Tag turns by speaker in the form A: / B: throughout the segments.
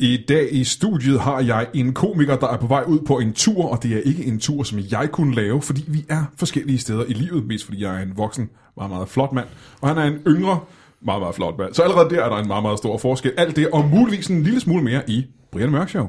A: I dag i studiet har jeg en komiker, der er på vej ud på en tur, og det er ikke en tur, som jeg kunne lave, fordi vi er forskellige steder i livet, mest fordi jeg er en voksen, meget, meget flot mand, og han er en yngre, meget, meget flot mand. Så allerede der er der en meget, meget stor forskel. Alt det, og muligvis en lille smule mere i Brian Mørk Show.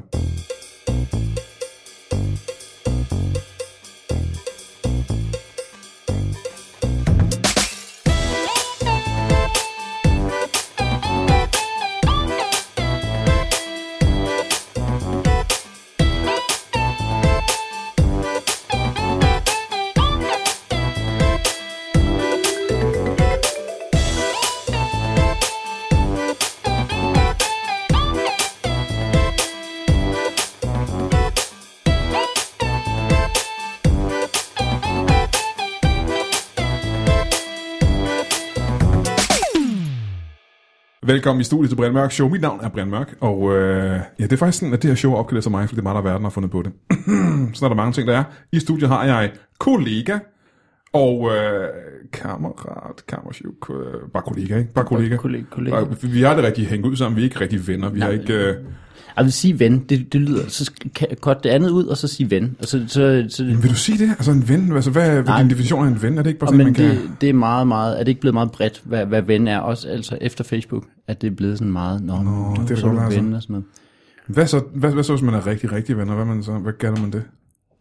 A: Velkommen i studiet til Brian Mørk Show. Mit navn er Brian Mørk, og øh, ja, det er faktisk sådan, at det her show er opkaldt efter mig, fordi det er mig, der er verden, har fundet på det. sådan er der mange ting, der er. I studiet har jeg kollega og øh, kammerat, kammersjuk, øh, bare kollega, ikke? Bare kollega.
B: Kollega, kollega.
A: Bare, vi- vi har aldrig rigtig hængt ud sammen, vi er ikke rigtig venner, vi har ikke... Øh,
B: Jeg vil sige ven, det, det lyder, så kort det andet ud, og så sige ven. Og så, så, så,
A: men vil du sige det? Altså en ven, altså hvad, hvad er din definition af en ven? Er det ikke bare
B: og
A: sådan, man
B: men
A: kan...
B: det, det er meget, meget, er det ikke blevet meget bredt, hvad, hvad ven er, også altså efter Facebook, at det er blevet sådan meget, nå, nå
A: det
B: du,
A: er da
B: det så er
A: godt,
B: du
A: altså.
B: ven og sådan noget.
A: Hvad så, hvad, hvad så, hvis man er rigtig, rigtig venner? Hvad, man så, hvad kalder man det?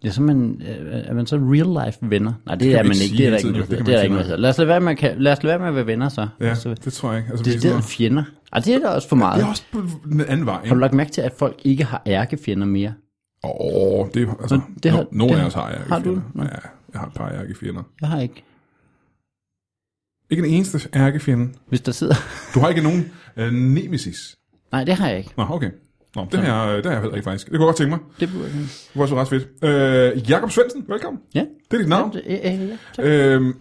B: Ja, så er man, øh, er man så real life venner? Nej, det,
A: kan
B: er
A: vi
B: man
A: ikke
B: ikke,
A: sige
B: det er der
A: hele
B: ikke
A: tiden,
B: noget,
A: jo.
B: det,
A: Det
B: det er der
A: kan
B: ikke
A: man
B: noget. hedder. Lad os lade være med at, ka- lad os lade være med at være venner så.
A: Ja,
B: altså,
A: det tror jeg ikke. Altså, vi er
B: det, det
A: sådan
B: er
A: noget-
B: fjender. Og det er da også for meget.
A: det er også på en anden vej,
B: Har
A: ikke?
B: du lagt mærke til, at folk ikke har ærkefjender mere?
A: Åh, oh, det er altså,
B: Nå,
A: det
B: det
A: har,
B: har-
A: nogle
B: det
A: af
B: har-
A: os har jeg
B: har du det?
A: Ja, jeg har et par ærkefjender.
B: Jeg har ikke.
A: Ikke den eneste ærkefjende.
B: Hvis der sidder...
A: Du har ikke nogen øh, nemesis.
B: Nej, det har jeg ikke.
A: Nå, okay. Nå, det har jeg, det har jeg heller ikke faktisk. Det kunne jeg godt tænke mig.
B: Det burde jeg ikke.
A: Det var så ret fedt. Øh, Jakob Svendsen, velkommen.
B: Ja.
A: Det er dit navn.
B: Ja, det- ja, ja.
A: Øh,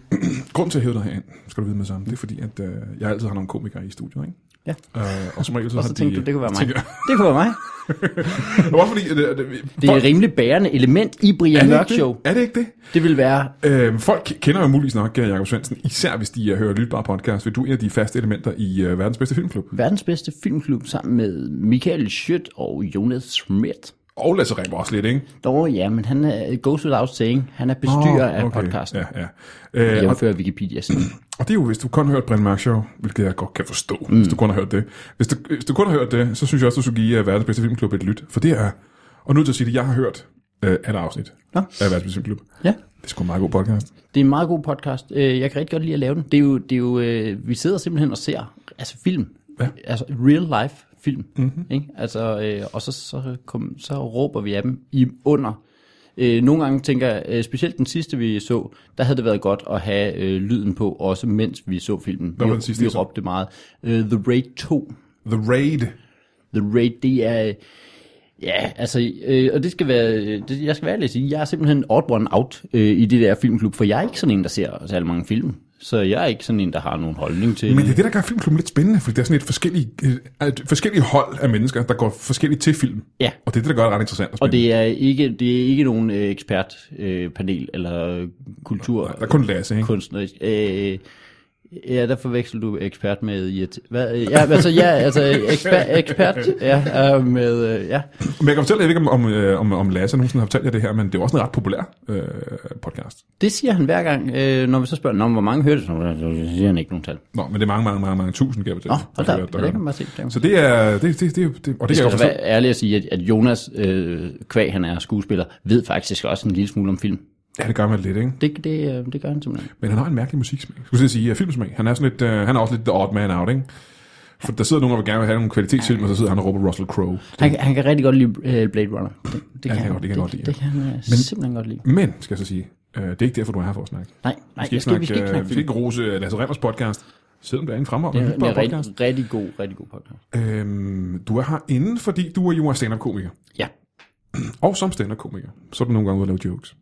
A: grunden til, at jeg hævde dig herind, skal du vide med det samme, det er fordi, at øh, jeg altid har nogle komikere i studiet, ikke?
B: Ja.
A: Øh, og som regel så,
B: Og
A: har
B: så tænkte
A: de,
B: du, det kunne være mig.
A: tænker-
B: Det kunne være mig.
A: Det var fordi, at, at, at,
B: Det er et rimelig bærende element i Brian
A: er,
B: Mørk
A: det ikke
B: Show.
A: det? er det ikke det?
B: Det vil være...
A: Øh, folk kender jo muligvis nok øh, Jakob Svendsen, især hvis de øh, hører lytbare podcast, vil du er en af de faste elementer i øh, verdens bedste filmklub.
B: Verdens bedste filmklub sammen med Michael Schødt og Jonas Schmidt.
A: Og Lasse Rim også lidt, ikke?
B: Nå ja, men han er, it goes without saying, han er bestyrer oh, okay. af podcasten.
A: Ja, ja. Øh, og,
B: Jævnfører Wikipedia sådan.
A: og det er jo, hvis du kun har hørt Brian Mørk Show, hvilket jeg godt kan forstå, mm. hvis du kun har hørt det. Hvis du, hvis du kun har hørt det, så synes jeg også, du skulle give uh, Verdens Bedste Filmklub et lyt. For det er, og nu til at sige det, jeg har hørt uh, alle afsnit
B: Nå.
A: af Verdens Bedste Filmklub.
B: Ja,
A: Det er sgu en meget god podcast.
B: det er en meget god podcast. Øh, Jeg kan rigtig godt lide at lave den. Det er jo, det er jo øh, vi sidder simpelthen og ser altså film.
A: Ja. Mhm.
B: Altså real life film. Mm-hmm. Ikke? Altså, øh, og så, så, kom, så råber vi af dem i under. Øh, nogle gange tænker jeg, øh, specielt den sidste vi så, der havde det været godt at have øh, lyden på, også mens vi så filmen.
A: Hvad var
B: vi,
A: den sidste,
B: vi
A: I så?
B: råbte meget. Øh, The Raid 2.
A: The Raid.
B: The Raid, det er... øh, Ja, altså, øh, og det skal være, øh, det, jeg skal være lidt sige, jeg er simpelthen odd one out øh, i det der filmklub, for jeg er ikke sådan en, der ser særlig mange film. Så jeg er ikke sådan en, der har nogen holdning til...
A: Men det er det, der gør filmklubben lidt spændende, fordi der er sådan et forskellige, øh, et forskellige hold af mennesker, der går forskelligt til film.
B: Ja.
A: Og det er det, der gør det ret interessant og
B: Og
A: spændende.
B: det er ikke, det er ikke nogen øh, ekspertpanel øh, panel eller øh, kultur...
A: Der er kun Lasse, ikke?
B: kunstnerisk. Øh, ja, der forveksler du ekspert med irrit. Hvad, øh, ja, altså, ja, altså eksper, ekspert ja, øh, med... Øh, ja.
A: Men jeg kan fortælle, jeg ved ikke, om, om, øh, om, om Lasse nogensinde har fortalt jer det her, men det er jo også en ret populær øh, podcast.
B: Det siger han hver gang, øh, når vi så spørger, Nå, men hvor mange hører det, så siger han ikke nogen tal.
A: Nå, men det er mange, mange, mange, mange tusind, kan jeg fortælle.
B: Nå, hold da
A: Der
B: op,
A: hører- der
B: ja, det kan
A: hører.
B: man bare se. Det kan man
A: Så det er, det, det, det, det og det,
B: Jeg
A: kan jeg
B: skal så
A: godt forstå.
B: være ærlig at sige, at, at Jonas øh, Kvæg, han er skuespiller, ved faktisk også en lille smule om film.
A: Ja, det gør man lidt, ikke?
B: Det, det, øh, det gør han simpelthen.
A: Men han har en mærkelig musiksmag. Skulle jeg til at sige, ja, filmsmag. Han er, sådan lidt, øh, han er også lidt the odd man out, ikke? For der sidder nogen, der vil gerne vil have nogle kvalitetsfilm, og så sidder han og råber Russell Crowe.
B: Han, kan- han kan rigtig godt lide øh, Blade Runner. Det, det, kan,
A: jeg
B: han,
A: godt- det kan jeg godt lide,
B: Det, det kan han øh, simpelthen godt lide.
A: Men, skal jeg så sige, øh, det er ikke derfor, du er her for at snakke.
B: Nej, nej,
A: vi
B: jeg skal, vi skal ikke
A: øh,
B: snakke
A: vi skal
B: film.
A: ikke rose Lasse Remmers podcast, selvom det er en fremragende
B: Det
A: ja,
B: er, det er en
A: podcast.
B: rigtig, rigtig god, rigtig god podcast.
A: Øhm, du er herinde, fordi du er jo er stand-up-komiker.
B: Ja.
A: Og som stand-up-komiker, så er du nogle gange ude at lave jokes.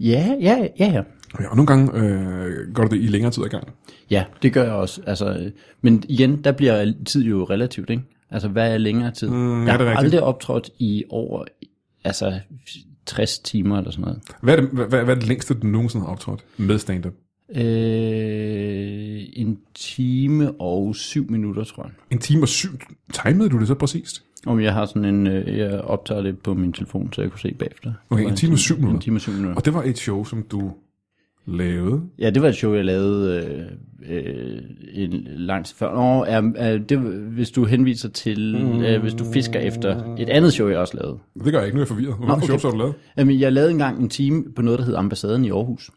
B: Ja, ja, ja, ja.
A: Ja, og nogle gange øh, gør du det i længere tid ad gangen.
B: Ja, det gør jeg også. Altså, øh, men igen, der bliver tid jo relativt, ikke? Altså, hvad er længere tid? Mm,
A: ja,
B: jeg
A: det er
B: har
A: rigtigt.
B: aldrig optrådt i over altså, 60 timer eller sådan noget.
A: Hvad er det, hvad, hvad er det længste, du nogensinde har optrådt med stand-up?
B: Øh, en time og syv minutter, tror jeg.
A: En time og syv. Timede du det så præcist?
B: Om jeg har sådan en, øh, jeg optager det på min telefon, så jeg kunne se bagefter.
A: Okay,
B: Det var
A: en time og syv minutter.
B: En time og syv minutter.
A: Og det var et show, som du lavede.
B: Ja, det var et show, jeg lavede øh, øh, en lang tid før. Nå, er, øh, det, hvis du henviser til,
A: Mm.
B: øh, hvis du fisker efter et andet show, jeg også lavede.
A: Det gør jeg ikke, nu er jeg forvirret. Hvor mange
B: okay.
A: okay. shows har du lavet?
B: Jamen, jeg lavede engang en time på noget, der hed Ambassaden i Aarhus.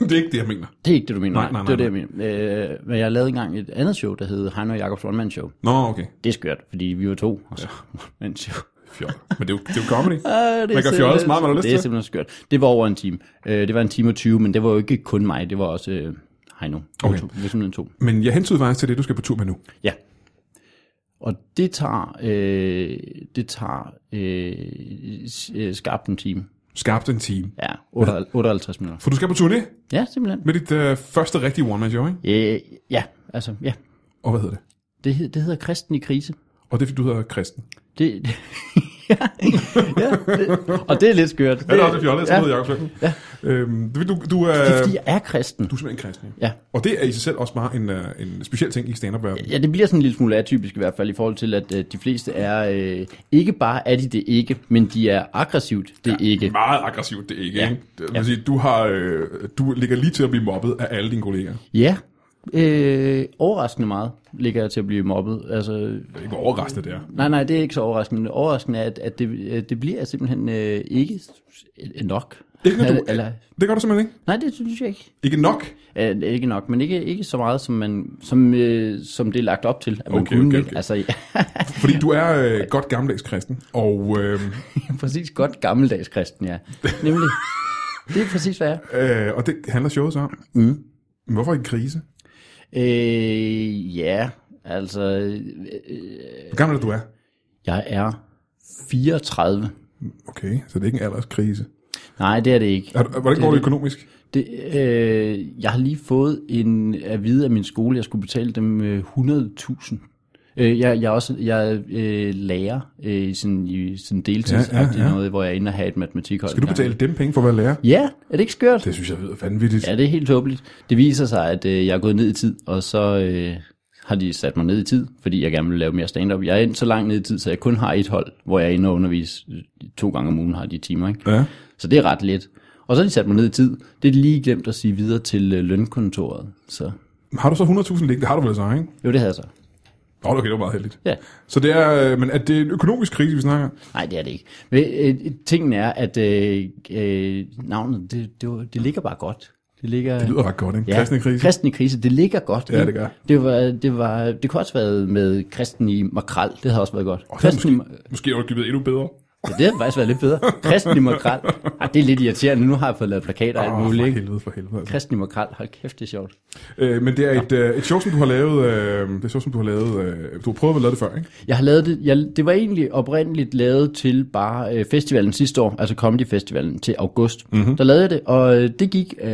A: det er ikke det, jeg mener.
B: Det er ikke det, du mener.
A: Nej, nej,
B: det
A: nej,
B: er det, jeg mener. Øh, men jeg lavede engang et andet show, der hed Heino og Jacobs One Man Show.
A: Nå, okay.
B: Det er skørt, fordi vi var to, og så man show.
A: Fjol. Men det er jo, det er jo comedy.
B: Ah, det er
A: Man kan
B: simpelthen-
A: fjolle så meget, man har lyst
B: Det er
A: til.
B: simpelthen skørt. Det var over en time. Øh, det var en time og 20, men det var jo ikke kun mig, det var også øh, Heino.
A: Okay.
B: Okay. Det var simpelthen to.
A: Men jeg hentyder faktisk til det, du skal på tur med nu.
B: Ja. Og det tager, øh, det tager øh, s- øh, skarpt en time.
A: Skarpt en time.
B: Ja, 58 58 minutter.
A: For du skal på turné
B: Ja, simpelthen.
A: med dit øh, første rigtige one-man-show, ikke?
B: Øh, ja, altså, ja.
A: Og hvad hedder det?
B: Det, hed- det hedder Kristen i krise.
A: Og det er, fordi du hedder Kristen.
B: Det, det ja, ja det, og det er lidt skørt.
A: Ja, det er også fjollet, jeg
B: ja,
A: hedder Jacob Flemming. Ja. Øhm, du, du, du, er,
B: det er, fordi jeg er kristen.
A: du er simpelthen kristen.
B: Ja.
A: Og det er i sig selv også bare en, øh, en speciel ting i stand up -verdenen.
B: Ja, det bliver sådan en lille smule atypisk i hvert fald i forhold til, at øh, de fleste er, øh, ikke bare er de det ikke, men de er aggressivt det ja, ikke.
A: Meget aggressivt, det er ikke,
B: Ja.
A: ikke? Det, ja. sige, du, har, øh, du ligger lige til at blive mobbet af alle dine kolleger.
B: Ja, øh, overraskende meget ligger jeg til at blive mobbet. Altså,
A: Det er ikke hvor overraskende, det er.
B: nej, nej, det er ikke så overraskende. Det Overraskende er, at, at det, øh, det bliver simpelthen øh, ikke s- øh, nok.
A: Ikke, når du,
B: Eller- eller,
A: det gør du simpelthen ikke.
B: nej, det synes jeg ikke.
A: Ikke nok.
B: Øh, ikke nok, men ikke, ikke så meget, som, man, som, øh, som det er lagt op til, at man
A: Okay,
B: kunne.
A: okay,
B: ikke?
A: okay.
B: Altså, ja,
A: Fordi du er øh, godt gammeldags kristen. Og øh,
B: præcis godt gammeldags kristen, ja. Nemlig. Det er præcis, hvad jeg er.
A: øh, og det handler showet så om. Mm. Men hvorfor en krise?
B: Øh, ja, altså, øh,
A: Hvor gammel er du er?
B: jeg er 34.
A: Okay, så det er ikke en alderskrise.
B: Nej, det er det ikke.
A: Er, du- hvordan går det økonomisk?
B: Det, øh, jeg har lige fået en at vide af min skole, jeg skulle betale dem øh, 100.000. Øh, jeg, jeg er også jeg er, øh, lærer øh, sådan, i sådan deltids ja, ja, ja. noget, hvor jeg er inde og have et matematikhold.
A: Kan du
B: engang.
A: betale dem penge for at være lærer?
B: Ja, er det ikke skørt?
A: Det synes jeg er vanvittigt.
B: Ja, det er helt tåbeligt. Det viser sig, at øh, jeg er gået ned i tid, og så øh, har de sat mig ned i tid, fordi jeg gerne vil lave mere stand-up. Jeg er endt så langt ned i tid, så jeg kun har et hold, hvor jeg er inde og undervise øh, to gange om ugen har de timer. Ikke?
A: Ja.
B: Så det er ret let. Og så har de sat mig ned i tid. Det er de lige glemt at sige videre til øh, lønkontoret. Så.
A: Har du så 100.000 liggende? Det har du vel så, ikke?
B: Jo, det havde jeg så.
A: Nå, okay, det var meget heldigt.
B: Ja.
A: Så det er, øh, men er det en økonomisk krise, vi snakker?
B: Nej, det er det ikke. Men, øh, tingen er, at øh, øh, navnet, det, det, var- det ligger bare godt. Det ligger...
A: Det lyder ret godt, ikke? Ja. Kristne krise.
B: Kristen i krise, det ligger godt.
A: Ja,
B: ikke?
A: det gør.
B: Det, var, det, var, det kunne også have været med kristen i makrel, det havde også været godt.
A: Og det er
B: kristen i, ma-
A: måske, måske er det endnu bedre.
B: ja, det havde faktisk været lidt bedre. Kristen i makrel, ah, det er lidt irriterende, nu har jeg fået lavet plakater og alt
A: Åh,
B: muligt.
A: for
B: Ikke?
A: helvede, for helvede. Altså.
B: Kristen i makrel, hold kæft, det er sjovt.
A: Øh, men det er et, øh, et show, som du har lavet. Øh, det er et show, som du har lavet. Øh, du har prøvet at lave det før, ikke?
B: Jeg har lavet det, jeg, det var egentlig oprindeligt lavet til bare øh, festivalen sidste år, altså Comedy Festivalen til august.
A: Mhm.
B: Mm-hmm. Der lavede jeg det, og øh, det gik øh,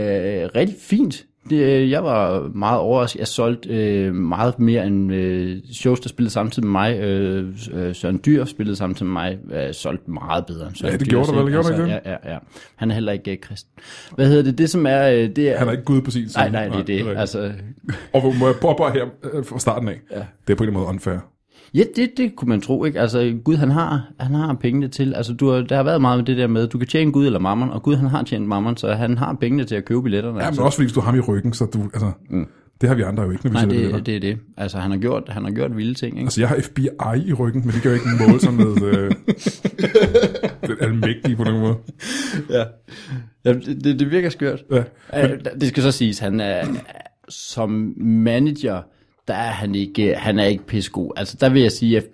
B: rigtig fint. Det, øh, jeg var meget overrasket. Jeg solgte øh, meget mere end øh, shows, der spillede samtidig med mig. Øh, øh, Søren Dyr spillede samtidig med mig. Øh, solgte meget bedre end Søren
A: Ja, det
B: Dyr,
A: gjorde du vel,
B: ikke? Altså,
A: gjorde du ikke
B: ja, ja, ja. Han er heller ikke øh, kristen. Hvad hedder det? Det som er... Øh, det er,
A: Han er ikke Gud på sin side.
B: nej, nej, det er det.
A: rigtigt.
B: Altså,
A: Og må jeg prøve bare her øh, fra starten af? Ja. Det er på en eller anden måde unfair.
B: Ja, det, det kunne man tro, ikke? Altså, Gud, han har, han har pengene til. Altså, du har, der har været meget med det der med, du kan tjene Gud eller mammon, og Gud, han har tjent mammon, så han har pengene til at købe billetterne.
A: Ja,
B: altså.
A: men også fordi, hvis du har ham i ryggen, så du, altså, mm. det har vi andre jo ikke, når vi
B: Nej,
A: sælger billetter.
B: det, det er det. Altså, han har gjort, han har gjort vilde ting, ikke?
A: Altså, jeg har FBI i ryggen, men det kan jo ikke måle sig med øh, den almægtige på nogen måde.
B: Ja. ja det, det- det virker skørt.
A: Ja.
B: Ja. Øh, Det skal så siges, han er som manager, der er han ikke, han er ikke pissegod. Altså, der vil jeg sige, at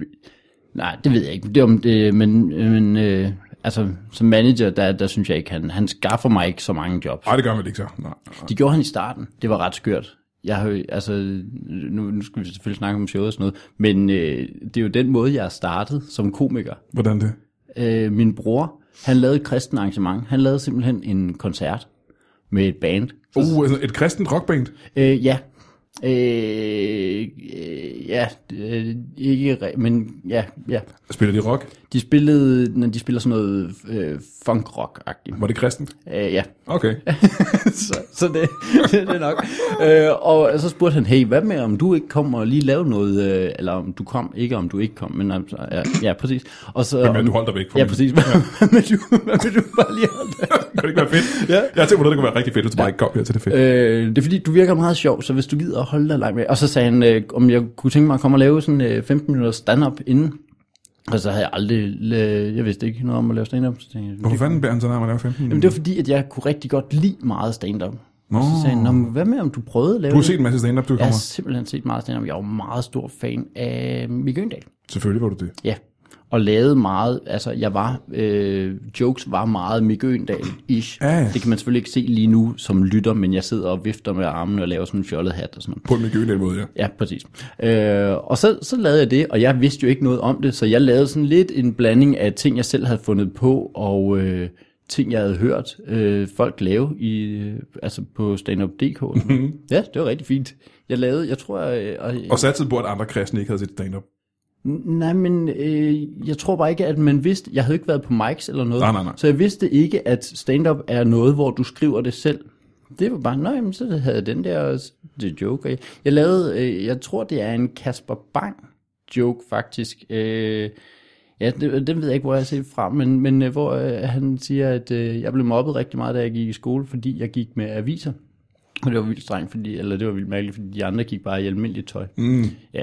B: nej, det ved jeg ikke, det er om det, men, men øh, altså, som manager, der, der synes jeg ikke, han, han skaffer mig ikke så mange jobs.
A: Nej, det gør man ikke så. Nej.
B: Det gjorde han i starten. Det var ret skørt. Jeg har jo, altså, nu, nu skal vi selvfølgelig snakke om showet og sådan noget, men øh, det er jo den måde, jeg er startet som komiker.
A: Hvordan det?
B: Øh, min bror, han lavede et kristen arrangement. Han lavede simpelthen en koncert med et band.
A: Uh, altså, et kristent rockband.
B: Øh, ja, Øh, øh, ja, øh, ikke, re- men ja, ja.
A: Spiller de rock?
B: De spillede, når de spiller sådan noget øh, funk-rock-agtigt.
A: Var det kristent?
B: Øh, ja,
A: Okay.
B: så, så det, det er nok. Øh, og så spurgte han, hey, hvad med om du ikke kommer og lige lave noget, øh, eller om du kom, ikke om du ikke kom, men altså, ja, ja, præcis. Og så,
A: Men du holdt dig væk fra
B: Ja,
A: min-
B: præcis. Hvad med du, hvad med du bare lige holde dig?
A: Kan det ikke være fedt?
B: Ja.
A: Jeg tænkte, på noget, det kunne være rigtig fedt, hvis du bare ikke kom her til det fedt.
B: Øh, det er fordi, du virker meget sjov, så hvis du gider at holde dig langt med. Og så sagde han, øh, om jeg kunne tænke mig at komme og lave sådan øh, 15 minutter stand-up inden. Og så havde jeg aldrig, øh, jeg vidste ikke noget om at lave stand-up. Så tænkte jeg,
A: Hvorfor fanden bærer han så nærmere at lave 15?
B: Jamen, det var fordi, at jeg kunne rigtig godt lide meget stand-up.
A: Nå.
B: Og så sagde han, "Nå, men hvad med om du prøvede at lave
A: Du har
B: det?"
A: set en masse stand-up, du
B: Jeg har
A: kommer.
B: simpelthen set meget stand-up. Jeg er jo meget stor fan af Mikke Øndal.
A: Selvfølgelig var du det.
B: Ja. Og lavede meget, altså jeg var, øh, jokes var meget Mikke Øndal-ish.
A: Ja, ja.
B: Det kan man selvfølgelig ikke se lige nu som lytter, men jeg sidder og vifter med armene og laver sådan en fjollet hat og sådan noget.
A: På en miljødel måde, ja.
B: Ja, præcis. Øh, og så, så lavede jeg det, og jeg vidste jo ikke noget om det, så jeg lavede sådan lidt en blanding af ting, jeg selv havde fundet på, og øh, ting, jeg havde hørt øh, folk lave i, øh, altså på standup.dk. Mm-hmm. Ja, det var rigtig fint. Jeg lavede, jeg tror... Øh, og,
A: Og satte på, at andre kristne ikke havde set stand-up.
B: Nej, men øh, jeg tror bare ikke, at man vidste... Jeg havde ikke været på mics eller noget.
A: Nej, nej, nej.
B: Så jeg vidste ikke, at stand-up er noget, hvor du skriver det selv. Det var bare, nej, men så havde jeg den der øh, det joke. og Jeg lavede, øh, jeg tror, det er en Kasper Bang joke, faktisk. Øh, ja, det, den ved jeg ikke, hvor jeg har set fra, men, men øh, hvor øh, han siger, at øh, jeg blev mobbet rigtig meget, da jeg gik i skole, fordi jeg gik med aviser. Og det var vildt strengt, fordi, eller det var vildt mærkeligt, fordi de andre gik bare i almindeligt tøj. Mm. Ja.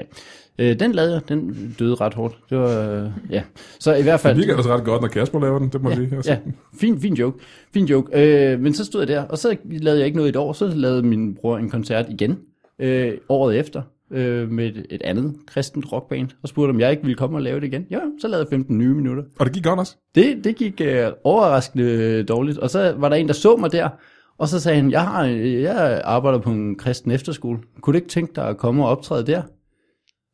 B: Øh, den lavede jeg, den døde ret hårdt. Det var, øh, ja. Så i hvert fald...
A: Det virker altså ret godt, når Kasper laver den, det må jeg sige. Altså.
B: Ja, fin, fin joke. Fin joke. Øh, men så stod jeg der, og så lavede jeg ikke noget i et år. Så lavede min bror en koncert igen øh, året efter øh, med et, et andet kristent rockband, og spurgte, om jeg ikke ville komme og lave det igen. Ja, så lavede jeg 15 nye minutter.
A: Og det gik godt også.
B: Det, det gik øh, overraskende øh, dårligt, og så var der en, der så mig der, og så sagde han, jeg, har, jeg arbejder på en kristen efterskole. Kunne du ikke tænke dig at komme og optræde der?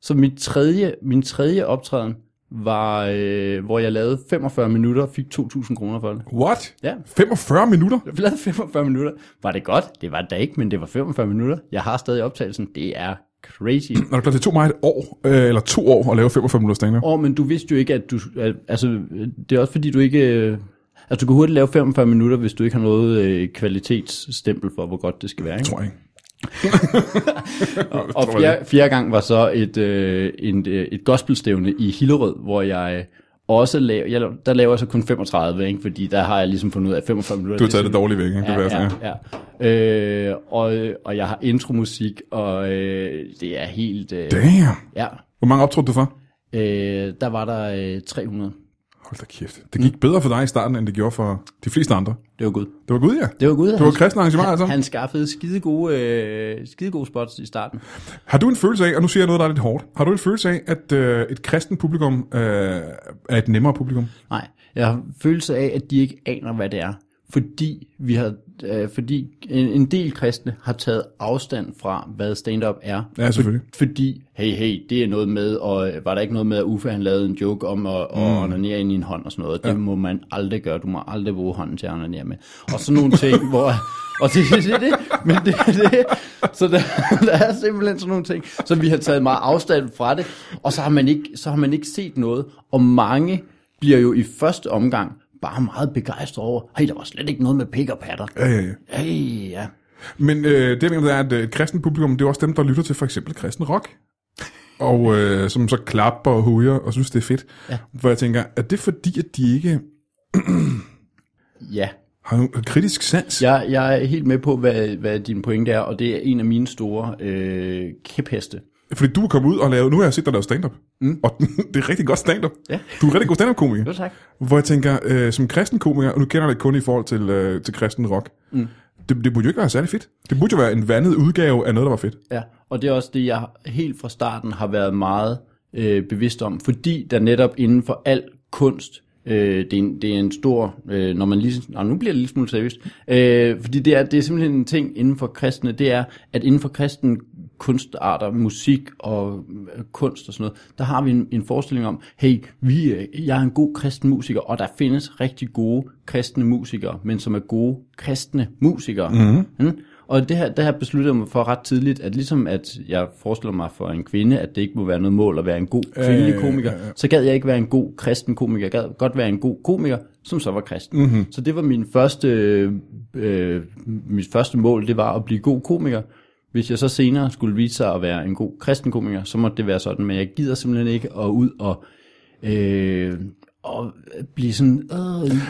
B: Så mit tredje, min tredje optræden var, øh, hvor jeg lavede 45 minutter og fik 2.000 kroner for det.
A: What?
B: Ja.
A: 45 minutter?
B: Jeg lavede 45 minutter. Var det godt? Det var det da ikke, men det var 45 minutter. Jeg har stadig optagelsen. Det er crazy.
A: Når det, klart, det tog mig et år, øh, eller to år, at lave 45 minutter stand-up.
B: Åh, men du vidste jo ikke, at du... At, altså, øh, det er også fordi, du ikke... øh, Altså, du kan hurtigt lave 45 minutter, hvis du ikke har noget øh, kvalitetsstempel for, hvor godt det skal være. Ikke?
A: Tror jeg ikke.
B: Og
A: tror jeg
B: fjerde, fjerde gang var så et, øh, en, øh, et gospelstævne i Hillerød, hvor jeg også laver... Jeg, laver- der laver jeg så kun 35, ikke? fordi der har jeg ligesom fundet ud af at 45 minutter.
A: Du har taget
B: er
A: det dårligt væk, ikke? Det var sådan,
B: ja,
A: ja.
B: ja, ja. Øh, og, og jeg har intromusik, og øh, det er helt... Øh,
A: Damn.
B: ja.
A: Hvor mange optrådte du for?
B: Øh, der var der øh, 300.
A: Hold da kæft. Det
B: Mm.
A: gik bedre for dig i starten, end det gjorde for de fleste andre.
B: Det var Gud.
A: Det var Gud, ja.
B: Det var Gud.
A: Det var kristne arrangementer, altså.
B: Han skaffede skide gode, øh, skide gode spots i starten.
A: Har du en følelse af, og nu siger jeg noget, der er lidt hårdt, har du en følelse af, at øh, et kristen publikum øh, er et nemmere publikum?
B: Nej, jeg har følelse af, at de ikke aner, hvad det er. Fordi, vi har, øh, fordi en, en del kristne har taget afstand fra, hvad stand-up er.
A: Ja, selvfølgelig.
B: Fordi, hey, hey, det er noget med, og øh, var der ikke noget med, at Uffe han lavede en joke om at, mm. at onanere ind i en hånd og sådan noget. Det ja. må man aldrig gøre. Du må aldrig bruge hånden til at onanere med. Og sådan nogle ting, hvor... Og det er det, er det, men det er det. Så der, der er simpelthen sådan nogle ting, som vi har taget meget afstand fra det. Og så har man ikke, så har man ikke set noget. Og mange bliver jo i første omgang bare meget begejstret over, hey, der var slet ikke noget med pik og patter.
A: Ja, ja, ja.
B: Hey, ja.
A: Men øh, det, jeg mener, det er, at øh, et kristen publikum, det er også dem, der lytter til for eksempel kristen rock. Og øh, som så klapper og hujer og synes, det er fedt. Ja. Hvor jeg tænker, er det fordi, at de ikke
B: Ja,
A: har en kritisk sans?
B: Jeg, jeg er helt med på, hvad, hvad din pointe er, og det er en af mine store øh, kæpheste.
A: Fordi du er kommet ud og lavet, nu har jeg set dig lave stand-up. Mm. Og det er rigtig godt stand-up.
B: Ja.
A: Du er en rigtig god stand-up-komiker.
B: Jo, tak.
A: Hvor jeg tænker, øh, som kristen komiker, og nu kender jeg det kun i forhold til, øh, til kristen rock, mm. det, det burde jo ikke være særlig fedt. Det burde jo være en vandet udgave af noget, der var fedt.
B: Ja, og det er også det, jeg helt fra starten har været meget øh, bevidst om, fordi der netop inden for al kunst, øh, det, er en, det er en stor, øh, når man lige, nå, nu bliver det lidt smule seriøst, øh, fordi det er, det er simpelthen en ting inden for kristne, det er, at inden for kristen kunstarter, musik og øh, kunst og sådan noget, der har vi en, en forestilling om, hey, vi, øh, jeg er en god kristen musiker, og der
A: Mhm.
B: findes rigtig gode kristne musikere, men som er gode kristne musikere. Mm-hmm. Mm? Og det her, det her besluttede jeg mig for ret tidligt, at ligesom at jeg forestiller mig for en kvinde, at det ikke må være noget mål at være en god kvindelig
A: Øh,
B: komiker,
A: ja, ja.
B: så gad jeg ikke være en god kristen komiker. Jeg gad godt være en god komiker, som så var kristen.
A: Mhm.
B: Mm-hmm. Så det var min første, øh, øh, mit første mål, det var at blive god komiker. Hvis jeg så senere skulle vise sig at være en god kristen komiker, så måtte det være sådan, men jeg gider simpelthen ikke at ud og, øh, og blive sådan,
A: Nå,
B: øh,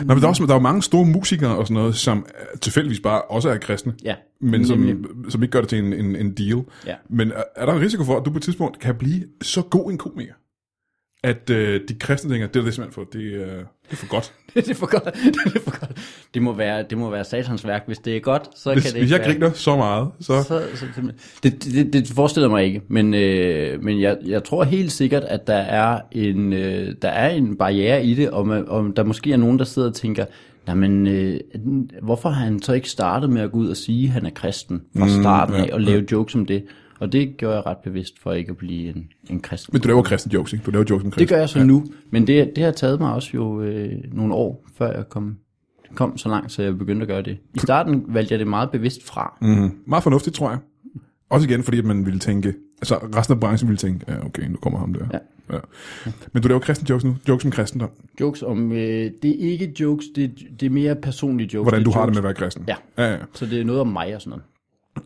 A: men der er, også, der er jo mange store musikere og sådan noget, som øh, tilfældigvis bare også er kristne,
B: ja.
A: men
B: Nemlig.
A: som, som ikke gør det til en, en, en deal.
B: Ja.
A: Men er, er der en risiko for, at du på et tidspunkt kan blive så god en komiker, at øh, de kristne tænker, det er det simpelthen for, det, øh, det er for godt.
B: det er for godt. Det er for godt. Det må være, det må være satans værk. Hvis det er godt, så
A: Hvis,
B: kan det
A: hvis
B: ikke
A: jeg
B: være.
A: griner så meget, så...
B: Så, så simpelthen- det, det, det forestiller mig ikke, men, øh, men jeg, jeg tror helt sikkert, at der er en, øh, der er en barriere i det, og, man, og der måske er nogen, der sidder og tænker, men øh, hvorfor har han så ikke startet med at gå ud og sige, at han er kristen
A: Mm,
B: fra starten af, og lave jokes om det? Og det gjorde jeg ret bevidst for ikke at blive en, en kristen.
A: Men du laver kristne jokes, ikke? Du laver jokes om
B: Det
A: kristne.
B: gør jeg så ja. nu, men det, det har taget mig også jo øh, nogle år, før jeg kom, kom så langt, så jeg begyndte at gøre det. I starten valgte jeg det meget bevidst fra. Mm.
A: Mm. Meget fornuftigt, tror jeg. Også igen, fordi at man ville tænke, altså resten af branchen ville tænke, ja, okay, nu kommer ham der. Ja. Men du laver kristne jokes nu, jokes om kristendom.
B: Jokes om, øh, det er ikke jokes, det, er- det er mere personlige jokes.
A: Hvordan
B: er
A: du har det
B: jokes.
A: med at være kristen.
B: Ja.
A: ja, ja.
B: Så det er noget om mig og sådan noget.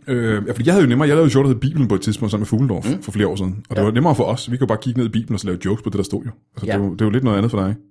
A: Øh, ja, fordi jeg havde jo nemmere, jeg lavede jo sjovt, der hed Bibelen på et tidspunkt sammen med Fugledorf mm. for flere år siden. Og det
B: Ja.
A: var nemmere for os. Vi kunne bare kigge ned i Bibelen og så lave jokes på det, der stod jo. Altså, ja.
B: Ja.
A: det, var, det var lidt noget andet for dig, ikke?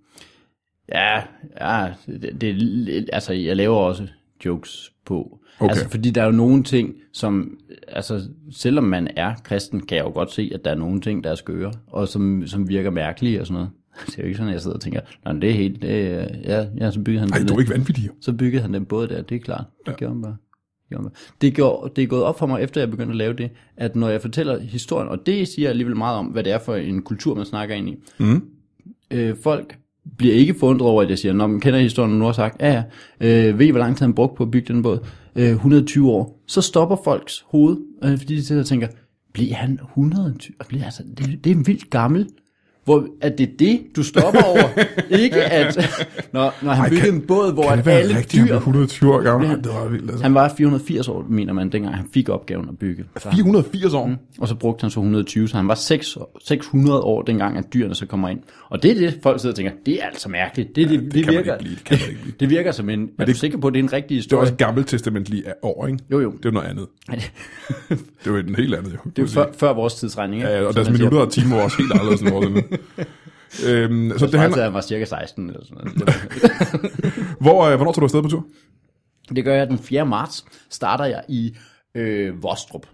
B: Ja, ja det, det, er lidt- altså jeg laver også jokes på.
A: Okay.
B: Altså, fordi der er jo nogle ting, som, altså selvom man er kristen, kan jeg jo godt se, at der er nogle ting, der er skøre, og som, som virker mærkelige og sådan noget. Det er jo ikke sådan, at jeg sidder og tænker, nej, det er helt, det er, ja, ja, så byggede han
A: Ej,
B: den
A: du
B: der."
A: er ikke vanvittig. jo.
B: Så byggede han den båd der, det er klart. Det gjorde han bare. Det gjorde han bare. Det, gjorde, det er gået op for mig, efter jeg begyndte at lave det, at når jeg fortæller historien, og det siger alligevel meget om, hvad det er for en kultur, man snakker ind i. Mm. Øh, folk bliver ikke forundret over, at jeg siger, når man kender I historien, og nu har sagt, ja, ja, øh, ved I, hvor lang tid han brugte på at bygge den båd? Øh, 120 år. Så stopper folks hoved, øh, fordi de sidder og tænker, bliver han 120? Og bliver, altså, det, det er vildt gammel. Hvor, at det er det, du stopper over. ikke at, når, når han
A: Ej,
B: byggede
A: kan-
B: en båd, hvor
A: Kan
B: at
A: det være
B: alle
A: rigtigt, at
B: dyr...
A: han blev 120 år gammel? Ej, det var vildt, altså.
B: Han var 480 år, mener man, dengang han fik opgaven at bygge.
A: 480 år. Mm.
B: Og så brugte han så 120, så han var 6, 600 år, dengang at dyrene så kommer ind. Og det er det, folk sidder og tænker, det er altså mærkeligt. Det, det, ja, det,
A: kan man
B: virker,
A: ikke blive, det kan man ikke blive.
B: det virker som en... Men er det, du sikker på, at det er en rigtig
A: Det var
B: historie?
A: også gammeltestamentlig af år, ikke?
B: Jo, jo.
A: Det er noget andet. Det var en helt andet, jo.
B: det er før, før vores tidsregning, ikke?
A: Ja, og
B: Som
A: deres
B: man
A: minutter
B: Siger.
A: og timer var også helt anderledes end vores. øhm, så det
B: Det
A: handler,
B: handler... han var cirka 16 eller sådan noget.
A: hvor, øh, hvornår tog du afsted på tur?
B: Det gør jeg den 4. marts. Starter jeg i øh, Vostrup.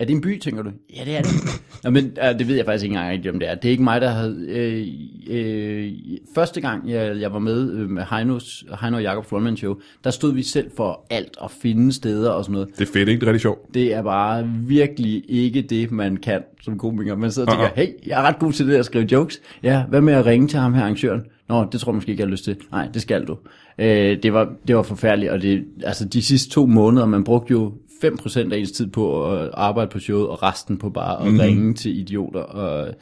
B: Er det en by, tænker du? Ja, det er det. Nå, men øh, det ved jeg faktisk ikke engang rigtigt, om det er. Det er ikke mig, der havde... Øh, øh, første gang, jeg, jeg var med øh, med Heinos, Heino og Jakob Florman Show, der stod vi selv for alt og finde steder og sådan noget.
A: Det er fedt, ikke? Det er rigtig sjovt.
B: Det er bare virkelig ikke det, man kan som komiker. Man sidder og tænker,
A: Uh-uh.
B: hey, jeg er ret god til det at skrive jokes. Ja, hvad med at ringe til ham her, arrangøren? Nå, det tror jeg måske ikke, jeg har lyst til. Nej, det skal du. Øh, det, var, det var forfærdeligt, og det, altså de sidste to måneder, man brugte jo 5% af ens tid på at arbejde på showet, og resten på bare at mm. ringe til idioter. Og,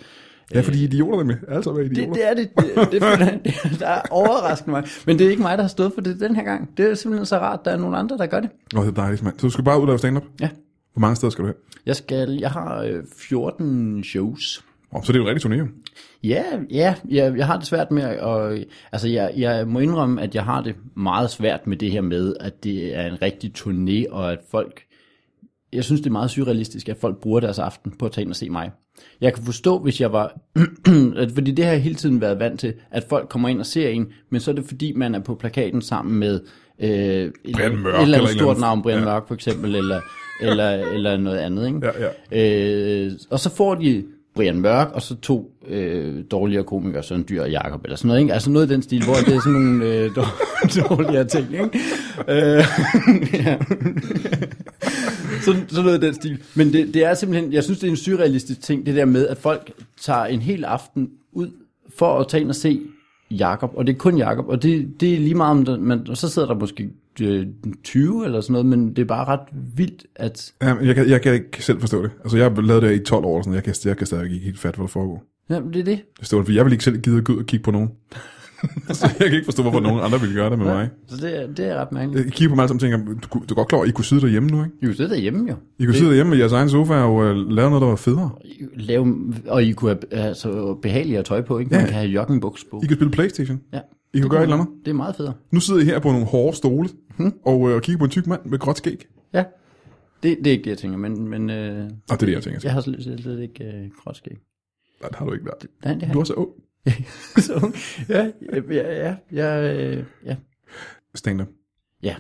A: Ja, fordi idioter er med. Altså er idioter.
B: det, det er det. det, det, finder- det der er overraskende mig. Men det er ikke mig, der har stået for det den her gang. Det er simpelthen så rart, der er nogle andre, der gør det.
A: Nå, det er dejligt, mand. Så du skal bare ud og lave stand-up?
B: Ja.
A: Hvor mange steder skal du hen?
B: Jeg, skal, jeg har øh, 14 shows.
A: Oh, så det er jo en rigtig turné. jo.
B: Ja, ja, jeg, jeg har det svært med at, og, altså jeg, jeg må indrømme, at jeg har det meget svært med det her med, at det er en rigtig turné, og at folk, jeg synes det er meget surrealistisk, at folk bruger deres aften på at tage ind og se mig. Jeg kan forstå, hvis jeg var, at- fordi det har jeg hele tiden været vant til, at folk kommer ind og ser en, men så er det fordi, man er på plakaten sammen med øh, et,
A: Brian
B: et
A: Mørk, eller en
B: eller andet
A: eller
B: stort
A: anden-
B: navn, Brian ja. Mørk for eksempel, eller, eller, eller noget andet. Ikke?
A: Ja, ja.
B: Øh, og så får de Brian Mørk, og så to øh, dårligere komikere, Søren Dyr og Jakob, eller sådan noget, ikke? Altså noget i den stil, hvor det er sådan nogle øh, dår- dårligere ting, ikke? Øh, ja. så, så noget i den stil. Men det, det er simpelthen, jeg synes, det er en surrealistisk ting, det der med, at folk tager en hel aften ud for at tage ind og se Jakob, og det er kun Jakob, og det, det er lige meget om, der, man, og så sidder der måske øh, 20 eller sådan noget, men det er bare ret vildt, at
A: Ja, men Øhm, jeg, kan, jeg kan ikke selv forstå det. Altså, jeg har lavet det her i 12 år, og sådan, jeg, kan, jeg kan stadig ikke helt fatte, hvad der foregår.
B: Jamen, det er det.
A: Det står, for jeg vil ikke selv gide at gå ud og kigge på nogen. så jeg kan ikke forstå, hvorfor nogen andre ville gøre det med mig.
B: Så det er, det er ret mærkeligt.
A: Jeg kigger på mig alle sammen og tænker, du, kunne- du er godt klar over, at I kunne sidde derhjemme nu, ikke?
B: I kunne sidde derhjemme jo.
A: I kunne sidde derhjemme med jeres egen sofa og øh, lave noget, der var federe.
B: I- Lave, og I kunne have altså, behageligere tøj på, ikke? Man
A: Ja.
B: kan have joggenbuks på.
A: I kunne spille Playstation.
B: Ja.
A: I kunne gøre et eller andet.
B: Det er meget federe.
A: Nu sidder I her på nogle hårde stole
B: Hmm?
A: og, øh, og kigger på en tyk mand med gråt skæg.
B: Ja. Det, det er ikke det, jeg tænker, men, men øh,
A: Og det er det, jeg tænker.
B: jeg har slet, slet, slet ikke øh, kropskæg.
A: Ja. Det har du ikke været.
B: Nej, det har
A: Du
B: jeg
A: er så ung.
B: ikke. så, ja, ja, ja, ja, øh, ja,
A: Stand-up.
B: ja.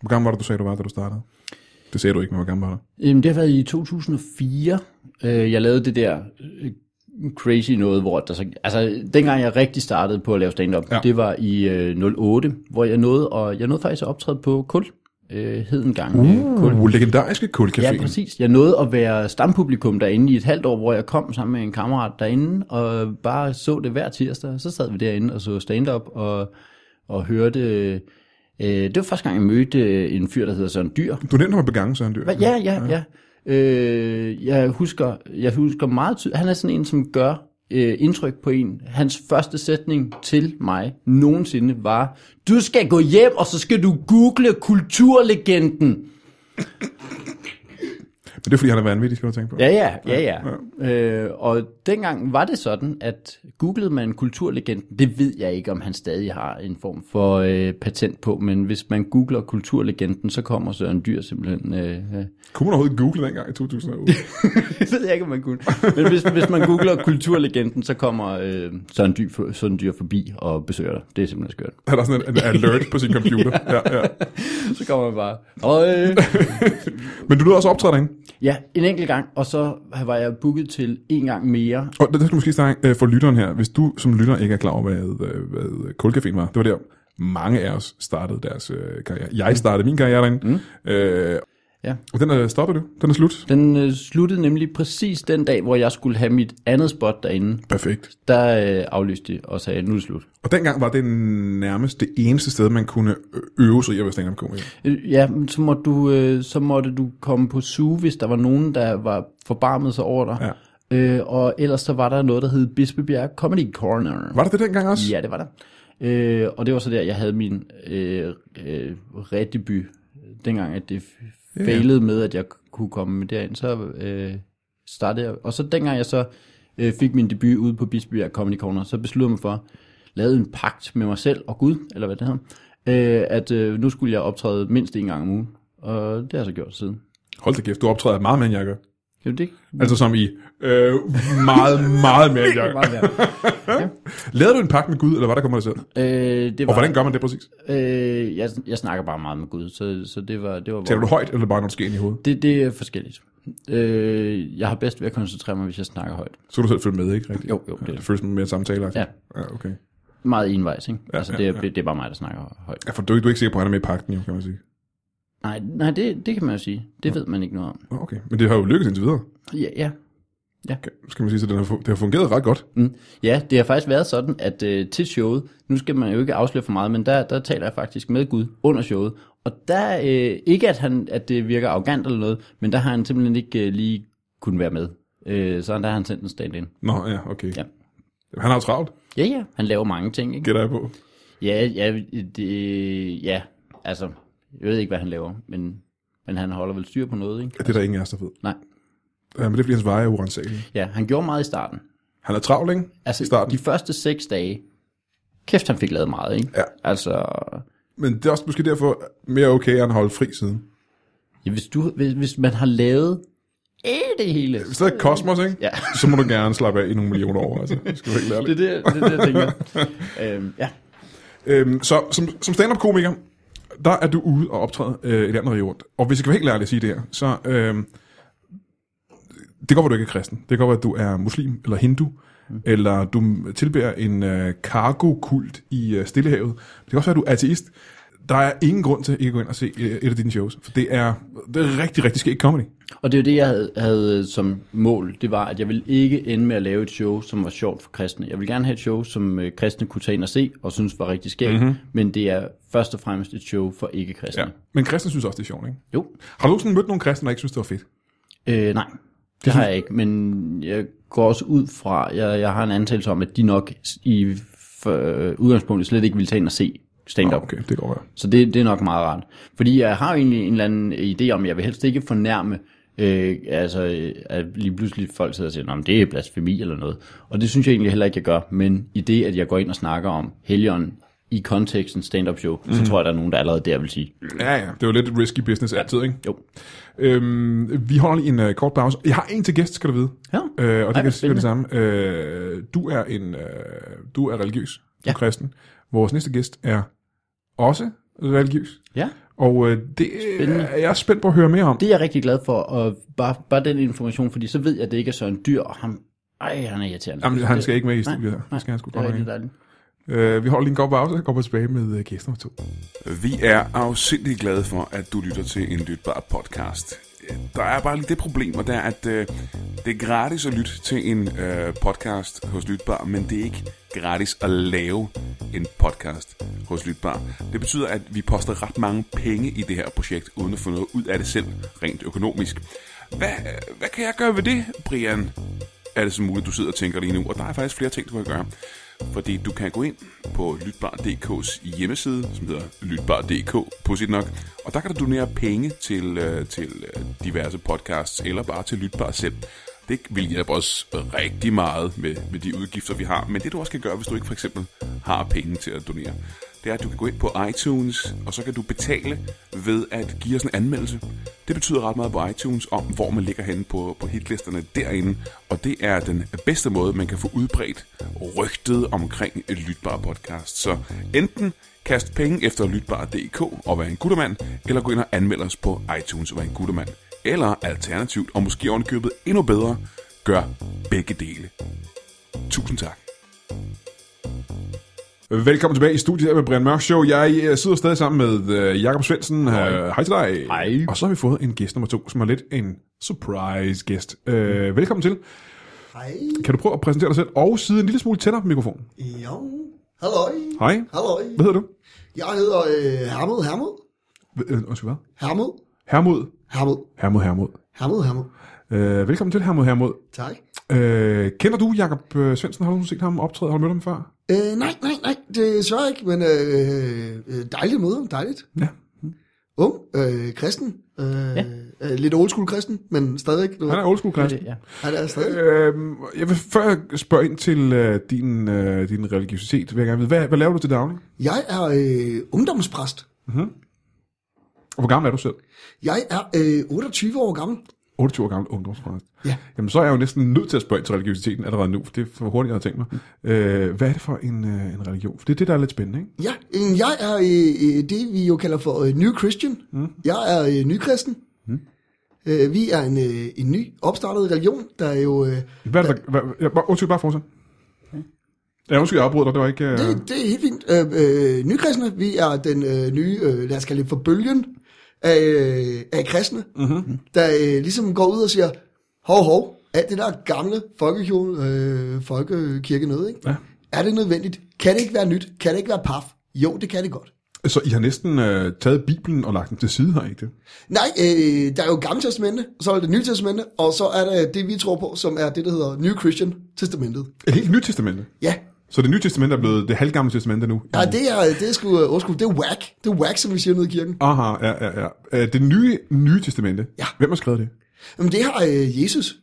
A: Hvor gammel var det, du sagde, du var, da du startede? Det sagde du ikke, men hvor gammel var du?
B: Jamen, det har været i 2004, øh, jeg lavede det der øh, crazy noget, hvor der så, altså, dengang jeg rigtig startede på at lave stand-up,
A: Ja.
B: ja. det var i øh, 08, hvor jeg nåede, og jeg nåede faktisk at optræde på Kul, øh, hed en gang øh, Kul.
A: Uh, legendariske kulcaféen.
B: Ja, præcis. Jeg nåede at være stampublikum derinde i et halvt år, hvor jeg kom sammen med en kammerat derinde, og bare så det hver tirsdag. Så sad vi derinde og så stand-up og, og hørte... Øh, det var første gang, jeg mødte øh, en fyr, der hedder Søren Dyr.
A: Du nævnte ham med begangen, Søren Dyr.
B: Hva- Ja, ja, ja. Øh, jeg, husker, jeg husker meget tydeligt. Han er sådan en, som gør øh, indtryk på en. Hans første sætning til mig nogensinde var, du skal gå hjem, og så skal du google kulturlegenden.
A: Men det er, fordi han er vanvittig, skal du tænke på.
B: Ja, ja, ja, ja. Øh, og dengang var det sådan, at googlede man kulturlegenden, det ved jeg ikke, om han stadig har en form for øh, patent på, men hvis man googler kulturlegenden, så kommer Søren Dyr simpelthen... Øh, øh.
A: Kunne man overhovedet google dengang i 2008?
B: det ved jeg ikke, om man kunne. Men hvis, hvis man googler kulturlegenden, så kommer øh, Søren, Dyr, for- Søren Dyr forbi og besøger dig. Det er simpelthen skørt.
A: Han har sådan en, en alert på sin computer. ja. Ja, ja.
B: Så kommer man bare... Og, øh,
A: Men du lød også optræde derinde.
B: ja, en enkelt gang, og så var jeg booket til en gang mere,
A: Og det, det skal du måske snakke øh, for lytteren her. Hvis du som lytter ikke er klar over, hvad, øh, hvad kulcaféen var, det var der mange af os startede deres øh, karriere. Jeg startede min karriere derinde. Mm. Øh,
B: Ja.
A: Og den er stoppet nu. Den er slut.
B: Den øh, sluttede nemlig præcis den dag, hvor jeg skulle have mit andet spot derinde.
A: Perfekt.
B: Der øh, aflyste de og sagde, nu er det slut.
A: Og dengang var det nærmest det eneste sted, man kunne øve sig i at være stand-up komiker.
B: Øh, ja, men så måtte, du, øh, så måtte du komme på suge, hvis der var nogen, der var forbarmet sig over dig. Ja. Øh, og ellers så var der noget, der hed Bispebjerg Comedy Corner.
A: Var det det dengang også?
B: Ja, det var der. Øh, og det var så der, jeg havde min øh, øh, redebut, dengang at det yeah. failede med, at jeg kunne komme med derind, så øh, startede jeg. Og så dengang jeg så øh, fik min debut ude på Bispebjerg Comedy Corner, så besluttede jeg mig for, lavede en pagt med mig selv og Gud, eller hvad det hedder, øh, at øh, nu skulle jeg optræde mindst en gang om ugen. Og det har jeg så gjort siden.
A: Hold da kæft, du optræder meget mere, end jeg gør.
B: Jamen, det
A: Altså som i øh, meget, meget mere, end jeg
B: er
A: gør.
B: meget værd.
A: Lavede du en pagt med Gud, eller var der kommet dig selv?
B: øh, det
A: Og
B: var,
A: hvordan gør man det præcis?
B: øh, jeg, jeg snakker bare meget med Gud, så, så det var... Det var
A: Taler du højt, eller er det bare, når du skal ind i hovedet?
B: Det, det er forskelligt. Øh, jeg har bedst ved at koncentrere mig, hvis jeg snakker højt.
A: Så kan du selv følge med, ikke rigtigt?
B: Jo, jo, det
A: Det,
B: er
A: det føles som mere samtale.
B: Ja.
A: ja. okay.
B: meget envejs, ikke?
A: Ja,
B: Ja, altså,
A: ja,
B: det, er, det er bare mig, der snakker højt.
A: Ja, for du, er ikke- du er ikke sikker på, at han er med i pagten, jo, kan man sige.
B: Nej, nej det, det kan man jo sige. Det ved man ikke noget om.
A: Nå, Okay, men det har jo lykkes indtil videre.
B: Ja, ja.
A: Okay. Skal man sige, så den har, fu- det har fungeret ret godt.
B: Mm. ja det har faktisk været sådan, at øh, til showet, nu skal man jo ikke afsløre for meget, men der, der taler jeg faktisk med Gud under showet. Og der, øh, ikke at, han, at det virker arrogant eller noget, men der har han simpelthen ikke øh, lige kunnet være med. Øh, så der har han sendt en stand-in.
A: Nå, ja, okay.
B: Ja.
A: Han har jo travlt,
B: Ja, ja, han laver mange ting, ikke?
A: gætter jeg på.
B: Ja, ja, det, ja, altså, jeg ved ikke, hvad han laver, men, men han holder vel styr på noget, ikke?
A: Ja, det er der ingen af os, der ved.
B: Nej.
A: Ja, men det er, fordi hans veje er urensagelige.
B: Ja, han gjorde meget i starten.
A: Han er travl, ikke?
B: Altså,
A: I starten.
B: de første seks dage, kæft, han fik lavet meget, ikke?
A: Ja.
B: Altså,
A: Men det er også måske derfor mere okay, at han holdt fri siden.
B: ja, hvis, du, hvis, hvis man har lavet øh, det hele.
A: Hvis der er kosmos, ikke?
B: Ja.
A: Så må du gerne slappe af i nogle millioner år, altså. Det skal du ikke lære
B: Det er det, det, er det jeg tænker. øhm, ja.
A: Øhm, så som, som stand-up-komiker, der er du ude og optræde øh, et andet rundt. Og hvis jeg kan være helt ærlig at sige det her, så... Øhm, det kan godt være, du ikke er kristen. Det kan godt være, at du er muslim eller hindu, mm. eller du tilbærer en øh, cargo-kult i øh, Stillehavet. Det kan også være, at du er ateist. Der er ingen grund til ikke at gå ind og se øh, et af dine shows, for det er, det er rigtig, rigtig skæg comedy.
B: Og det er jo det, jeg havde, havde som mål. Det var, at jeg ville ikke ende med at lave et show, som var sjovt for kristne. Jeg ville gerne have et show, som øh, kristne kunne tage ind og se, og synes var rigtig skægt. Mm-hmm. Men det er først og fremmest et show for ikke-kristne. Ja.
A: Men kristne synes også, det er sjovt, ikke?
B: Jo.
A: Har du nogensinde mødt nogle kristne, der ikke synes, det var fedt?
B: Øh, nej, det har jeg ikke. Men jeg går også ud fra, jeg, jeg har en antagelse om, at de nok i for, øh, udgangspunktet slet ikke ville tage ind og se stand-up.
A: Okay, det går være.
B: Så det, det er nok meget rart. Fordi jeg har egentlig en eller anden idé om, at jeg vil helst ikke fornærme, øh, altså øh, at lige pludselig folk sidder og siger, at det er blasfemi eller noget. Og det synes jeg egentlig heller ikke, jeg gør. Men i det, at jeg går ind og snakker om helgen i konteksten stand-up show, mm.
A: Mhm.
B: så tror jeg, der er nogen, der allerede der vil sige,
A: Ja, ja. Det er jo lidt risky business altid, ikke?
B: jo,
A: Øhm, vi holder lige en øh, kort pause. Jeg har en til gæst, skal du vide.
B: Ja.
A: Øh, og det Ej, kan
B: hvor
A: jeg sige det samme. Øh, du er en, øh, du er religiøs. Du er
B: Ja.
A: kristen. Vores næste gæst er også religiøs.
B: ja.
A: Og øh, det
B: Spændende.
A: er jeg er spændt på at høre mere om.
B: Det er jeg rigtig glad for, og bare, bare den information, fordi så ved jeg, at det ikke er Søren Dyr, og ham, ej, han er irriterende.
A: Jamen, han skal ikke med i
B: Nej,
A: studiet her.
B: nej,
A: Det skal han sgu
B: det er
A: godt nok
B: rigtig
A: ikke.
B: dejligt.
A: Øh, vi holder lige en kort pause og går på tilbage med øh, gæst nummer to.
C: Vi er afsindig glade for, at du lytter til en lytbar podcast. Øh, Der er bare lige det problem, og det er, at øh, det er gratis at lytte til en øh, podcast hos Lytbar, men det er ikke gratis at lave en podcast hos Lytbar. Det betyder, at vi poster ret mange penge i det her projekt, uden at få noget ud af det selv, rent økonomisk. Hvad, øh, hvad kan jeg gøre ved det, Brian? er det som muligt, du sidder og tænker lige nu. Og der er faktisk flere ting, du kan gøre. Fordi du kan gå ind på Lytbar.dk's hjemmeside, som hedder Lytbar.dk, på sit nok. Og der kan du donere penge til, øh, til øh, diverse podcasts, eller bare til Lytbar selv. Det vil hjælpe os rigtig meget med, med de udgifter, vi har. Men det du også kan gøre, hvis du ikke for eksempel har penge til at donere, det er, at du kan gå ind på iTunes, og så kan du betale ved at give os en anmeldelse. Det betyder ret meget på iTunes om, hvor man ligger henne på, på hitlisterne derinde, og det er den bedste måde, man kan få udbredt rygtet omkring et lytbar podcast. Så enten kast penge efter lytbar.dk og vær en guttermand, eller gå ind og anmeld os på iTunes og vær en guttermand. Eller alternativt, og måske ovenkøbet endnu bedre, gør begge dele. Tusind tak.
A: Velkommen tilbage i studiet her med Brian Mørk Show. Jeg øh, sidder stadig sammen med øh, Jakob Svendsen. Øh, Hej til dig.
B: Hej.
A: Og så har vi fået en gæst nummer to, som er lidt en surprise gæst. Øh, velkommen til.
D: Hej.
A: Kan du prøve at præsentere dig selv og sidde en lille smule tættere på mikrofonen?
D: Jo. Halløj.
A: Hej.
D: Halløj.
A: Hvad hedder du?
D: Jeg hedder øh, Hermod Hermod.
A: Hva- øh, Undskyld, hvad?
D: Hermod.
A: Hermod.
D: Hermod.
A: Hermod, Hermod.
D: Hermod Hermod.
A: Øh, velkommen til, Hermod, Hermod.
D: Tak.
A: Øh, kender du Jakob øh, Svendsen? Har du nogensinde set ham optræde? Har du mødt ham før?
D: Øh, nej, nej, nej. Det er svært ikke, men øh, øh, dejligt møde ham. Dejligt.
A: Ja.
D: Ung. Øh, kristen. Øh,
B: Ja.
D: ja. øh, lidt old school kristen, men stadigvæk. Du,
A: Han er old school
B: Det er
A: kristen.
B: det, ja.
D: han er stadig.
A: Øhm, jeg vil før jeg spørger ind til øh, din, øh, din religiøsitet, vil jeg gerne vide, hvad, hvad laver du til daglig?
D: Jeg er øh, ungdomspræst.
A: Og hvor gammel er du selv?
D: Jeg er øh, 28 år gammel.
A: 28 år gammel ungdomspræst.
D: Ja.
A: Jamen, så er jeg jo næsten nødt til at spørge ind til religiøsiteten allerede nu, for det er for hurtigt, jeg har tænkt mig. Øh, hvad er det for en, øh, en religion? For det er det, der er lidt spændende, ikke?
D: Ja, øh, jeg er øh, øh, det, vi jo kalder for øh, New Christian. Mm. Jeg er øh, nykristen. Mm. Øh, vi er en, øh, en ny opstartet religion, der er jo... Øh,
A: Hvad er det, der, hvad, jeg, bare- undskyld, bare fortsæt. Ja, undskyld, jeg afbryder dig, det var ikke... Øh,
D: det, det er helt fint. Øh, øh, nykristne, vi er den øh, nye, øh, lad os kalde det for bølgen af, øh, af kristne, mm-hmm. der øh, ligesom går ud og siger, hov, hov, alt det der gamle folkekjole, øh, folkekirke noget, ikke? Ja. er det nødvendigt? Kan det ikke være nyt? Kan det ikke være paf? Jo, det kan det godt.
A: Så I har næsten øh, taget Bibelen og lagt den til side, har I ikke det?
D: Nej, øh, der er jo Gamle Testamente, så er der det Nye Testamente, og så er der det, vi tror på, som er det, der hedder New Christian Testamentet.
A: Et helt nyt testamente.
D: Ja,
A: Så det nye testamente er blevet det halvgamle testamente nu.
D: ja det er, det er sgu, øh, undskyld, det er whack. Det er whack, som vi siger nede i kirken.
A: Aha, ja, ja, ja. Øh, Det nye, nye testamente.
D: Ja.
A: Hvem har skrevet det?
D: Jamen, det har øh, Jesus.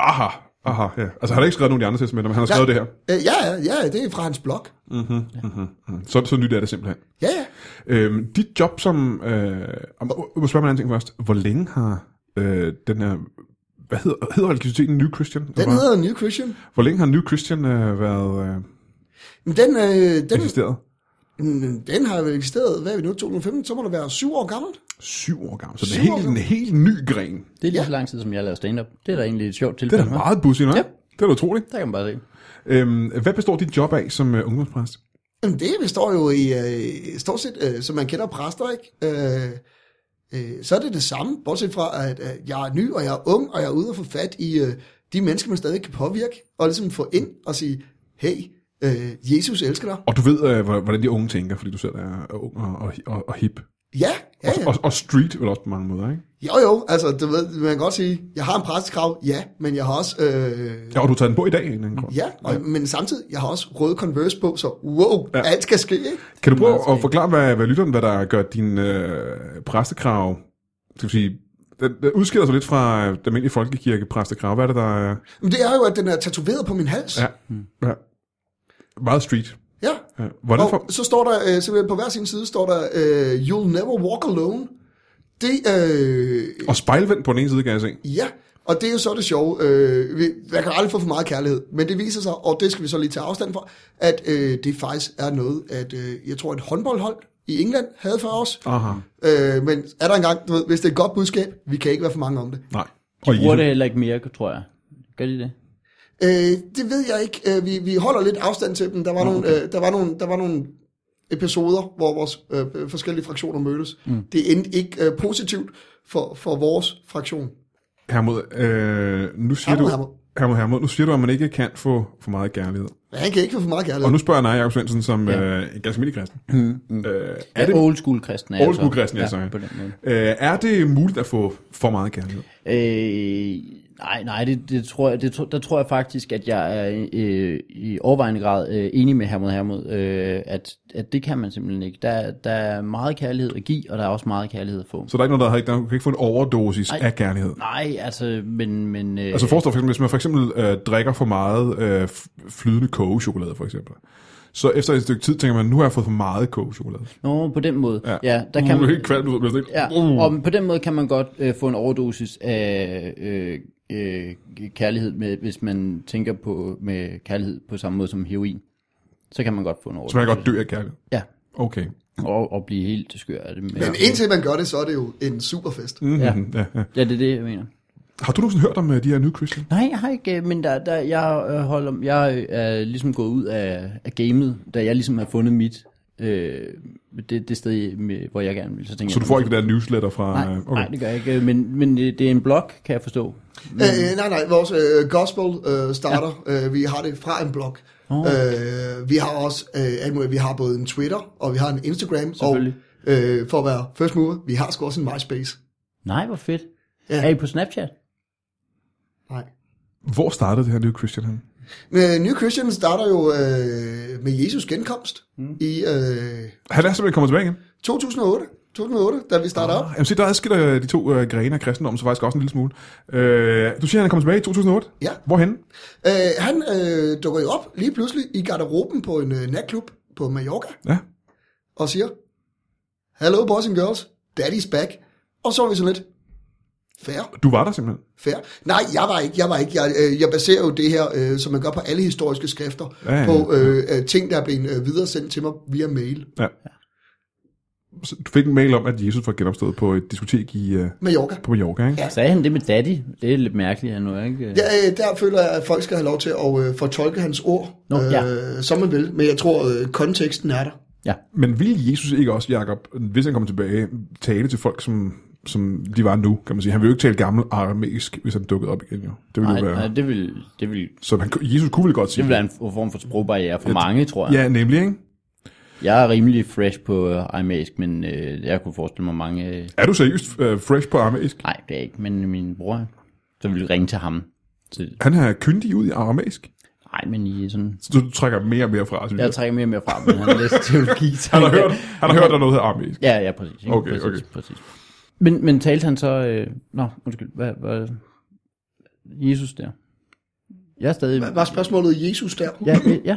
A: Aha, aha, ja. Altså han har ikke skrevet nogen af de andre testamenter, men han har skrevet det her.
D: Øh, ja, ja, ja, det er fra hans blog.
A: Mm. Så, så nyt er det simpelthen.
D: Ja, ja.
A: Øhm, dit job som... Øh, om, må jeg spørge mig en anden ting først. Hvor længe har øh, den her... Hvad hedder, hedder religiøsiteten New Christian? Eller
D: Den
A: hvad?
D: hedder New Christian.
A: Hvor længe har New Christian øh, været øh,
D: Men Den, øh, den,
A: eksisteret?
D: mm, den har jo eksisteret, hvad er vi nu, 2015, så må det være syv år gammel.
A: Syv år gammel. Så det
D: Syv
A: er
D: år
A: helt, en
D: gammel.
A: helt ny gren.
B: Det er lige så lang tid, som jeg lavede stand-up. Det er da egentlig et sjovt
A: Det
B: tilfælde.
A: er da meget bussigt,
B: Ja.
A: ja. Det er da utroligt.
B: Der kan man bare se.
A: Øhm, hvad består dit job af som øh, ungdomspræst?
D: Jamen, det består jo i, øh, stort set, øh, som man kender præster, ikke? Øh, øh, så er det det samme, bortset fra, at øh, jeg er ny, og jeg er ung, og jeg er ude og få fat i øh, de mennesker, man stadig kan påvirke, og ligesom få ind og sige, hey, øh, Jesus elsker dig.
A: Og du ved, øh, hvordan de unge tænker, fordi du selv er ung og, og, og, og hip.
D: Ja, ja, ja.
A: Og, og street vel også på mange måder, ikke?
D: Jo, jo, altså, du ved, man kan godt sige, jeg har en præstekrav, ja, men jeg har også, øh,
A: Ja, og du tager den på i dag, af en eller anden grund.
D: ja, og, men samtidig, jeg har også røde Converse på, så wow,
A: Ja.
D: ja. alt skal ske, ikke?
A: Kan du prøve at forklare, hvad, hvad lytteren, hvad der gør din øh, præstekrav, skal vi sige, den, den udskiller sig lidt fra øh, den almindelige folkekirke præstekrav. Hvad er det, der er?
D: Men det er jo, at den er tatoveret på min hals.
A: Ja. ja. Meget street.
D: ja.
A: Ja. Hvordan for,
D: Og så står der, øh, simpelthen på hver sin side, står der, øh, You'll never walk alone. Det, øh,
A: og spejlvendt på den ene side, kan jeg se.
D: ja, og det er jo så det sjove. Øh, vi- jeg kan aldrig få for meget kærlighed, men det viser sig, og det skal vi så lige tage afstand fra, at øh, det faktisk er noget, at øh, jeg tror, et håndboldhold i England havde for os.
A: Aha.
D: Øh, men er der engang, du ved, hvis det er et godt budskab, vi kan ikke være for mange om det.
A: Nej. Og
B: Bruger det
A: Jesu,
B: heller ikke mere, tror jeg. Gør de det?
D: Øh, det ved jeg ikke. Øh, vi, vi holder lidt afstand til dem. Der var, nogle, øh, der var, nogle, der var nogle episoder, hvor vores øh, øh, forskellige fraktioner mødtes. Mm. Det endte ikke øh, positivt for, for vores fraktion.
A: Hermod, øh, nu siger
D: Hermod,
A: du...
D: Hermod.
A: Hermod, Hermod, nu siger du, at man ikke kan få for meget kærlighed.
D: Men han kan ikke få for meget
A: Og
D: kærlighed.
A: nu spørger jeg dig, Jacob Svendsen, som
B: Ja.
A: øh, en ganske almindelig kristen. Mm. Øh, er, det,
B: Ja, old school kristen er
A: Old
B: jeg så.
A: school kristen, ja, sorry.
B: på den måde.
A: øh, er det muligt at få for meget kærlighed?
B: Øh, nej, nej, det, det tror jeg, det, tro- der tror jeg faktisk, at jeg er øh, i overvejende grad øh, enig med Hermod Hermod, øh, at, at det kan man simpelthen ikke. Der, der er meget kærlighed at give, og der er også meget kærlighed at få.
A: Så der er ikke noget, der har ikke, der, du kan ikke få en overdosis Ej.
B: Nej.
A: af kærlighed.
B: Nej, altså, men... men øh,
A: Altså forestil dig for eksempel, hvis man for eksempel øh, drikker for meget øh, f- flydende kogechokolade for eksempel. Så efter et stykke tid tænker man, nu har jeg fået for meget kogechokolade.
B: Nå, på den måde. Ja, ja der
A: Uh,
B: kan
A: man...
B: man...
A: helt kvalmt ud. bliver sådan uh, helt-
B: Ja, og på den måde kan man godt øh, få en overdosis af øh, øh, kærlighed, med, hvis man tænker på med kærlighed på samme måde som heroin. Så kan man godt få en
A: Så man
B: overdosis.
A: kan godt dø af kærlighed.
B: Ja,
A: Okay.
B: og, og blive helt skør af det. Med,
D: Men indtil man gør det, så er det jo en superfest. Mm.
B: ja.
A: Mm-hmm, Ja, ja.
B: ja, det er det, jeg mener.
A: Har du nogensinde hørt om øh, de her New Christian?
B: Nej, jeg har ikke, øh, men der, der, jeg, øh, holder, jeg øh, er ligesom gået ud af, af gamet, da jeg ligesom har fundet mit, øh, det, det sted, med, hvor jeg gerne vil. Så, tænker
A: Så
B: jeg,
A: du får ikke det der newsletter fra...
B: Nej,
A: øh,
B: okay. nej, det gør jeg ikke, øh, men, men det, det er en blog, kan jeg forstå.
D: Øh, nej, nej, vores øh, gospel øh, starter. Ja. Øh, vi har det fra en blog. Oh. Øh, vi har også øh, alt muligt. Vi har både en Twitter, og vi har en Instagram. Og
B: Selvfølgelig.
D: øh, for at være first mover, vi har sgu også en MySpace.
B: Nej, hvor fedt.
D: Ja.
B: Ja. Er I på Snapchat?
D: Nej.
A: Hvor startede det her New Christian hen?
D: Men øh, New Christian starter jo øh, med Jesus genkomst mm. i øh,
A: Han er simpelthen kommet tilbage igen.
D: 2008. 2008, da vi starter op.
A: Jamen se, der adskiller øh, de to øh, grene af kristendommen så faktisk også en lille smule. Øh, du siger, han er kommet tilbage i 2008?
D: Ja.
A: Hvorhen?
D: Øh, han øh, dukker jo op lige pludselig i garderoben på en øh, natklub på Mallorca
A: Ja.
D: og siger, Hello boys and girls, daddy's back. Og så er vi sådan lidt, fair.
A: Du var der simpelthen.
D: Fair. Nej, jeg var ikke. Jeg var ikke. Jeg, øh, jeg baserer jo det her, øh, som man gør på alle historiske skrifter,
A: Ja, ja,
D: på øh, øh, ting, der er blevet øh, videresendt til mig via mail.
A: Ja. Så du fik en mail om, at Jesus var genopstået på et diskotek i, øh,
D: Mallorca.
A: på Mallorca, ikke?
D: Ja.
B: Sagde han det med daddy? Det er lidt mærkeligt, han nu er ikke...
D: Ja, øh, der føler jeg, at folk skal have lov til at øh, fortolke hans ord,
B: Nå,
D: øh,
B: ja.
D: som man vil. Men jeg tror, øh, konteksten er der.
B: ja.
A: Men ville Jesus ikke også, Jakob, hvis han kom tilbage, tale til folk, som, som de var nu, kan man sige? Han ville jo ikke tale gammel aramæisk, hvis han dukkede op igen, jo. Det ville
B: Nej,
A: jo være...
B: nej, det vil, det vil,
A: Så han, Jesus kunne vel godt
B: det
A: sige
B: vil være en form for sprogbarriere for mange, tror jeg.
A: Ja, nemlig, ikke?
B: Jeg er rimelig fresh på øh, aramæisk, men øh, jeg kunne forestille mig mange... Øh,
A: Er du seriøst øh, fresh på aramæisk?
B: nej, det er jeg ikke, men min bror, så ville ringe til ham. Så,
A: Han er kyndig ud i aramæisk.
B: nej, men I er sådan...
A: Så du trækker mere og mere fra, synes jeg.
B: Jeg trækker mere og mere fra, men han læste teologi. så
A: Han har
B: kan-
A: hørt, han har hørt, der er noget her aramæisk.
B: Ja, ja, præcis. Ikke?
A: Okay,
B: præcis,
A: okay.
B: Præcis. Men, men talte han så... Øh, nå, undskyld. Hvad, hvad, Jesus der. Jeg er stadig...
D: Var spørgsmålet Jesus der?
B: Ja, øh, ja.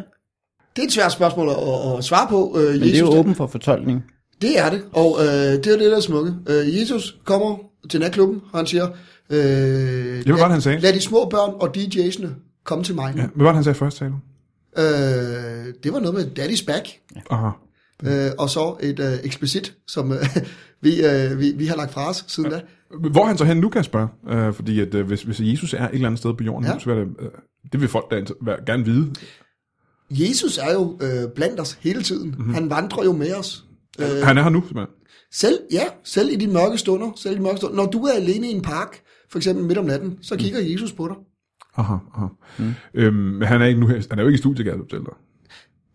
D: Det er et svært spørgsmål at, at svare på. Øh,
B: Men det er
D: Jesus
B: jo
D: der.
B: åben for fortolkning.
D: Det er det, og øh, det er jo det, der er smukke. Øh, Jesus kommer til natklubben, og han siger, øh,
A: hvad var
D: lad,
A: det, han sagde?
D: lad de små børn og DJ'sene komme til mig. Ja.
A: Ja. Hvad var det, han sagde først, sagde du?
D: Øh, det var noget med Daddy's Back,
A: Aha.
D: ja. øh, og så et øh, eksplicit, som øh, vi, øh, vi, vi har lagt fra os siden ja. da.
A: Hvor er han så hen nu, Kasper? Øh, fordi at, øh, hvis, hvis Jesus er et eller andet sted på jorden, ja.
D: Ja.
A: så er det, øh, det vil folk da inter- være- gerne vide.
D: Jesus er jo øh, blandt os hele tiden. Mm-hmm. Han vandrer jo med os.
A: Øh. Han er her nu, simpelthen.
D: Selv, ja, selv i de mørke stunder, selv i de mørke stunder. Når du er alene i en park, for eksempel midt om natten, så kigger Jesus på dig.
A: Aha, aha. Mm. Øhm, men han er, ikke nu, her- han er jo ikke i studiet, kan jeg fortælle dig.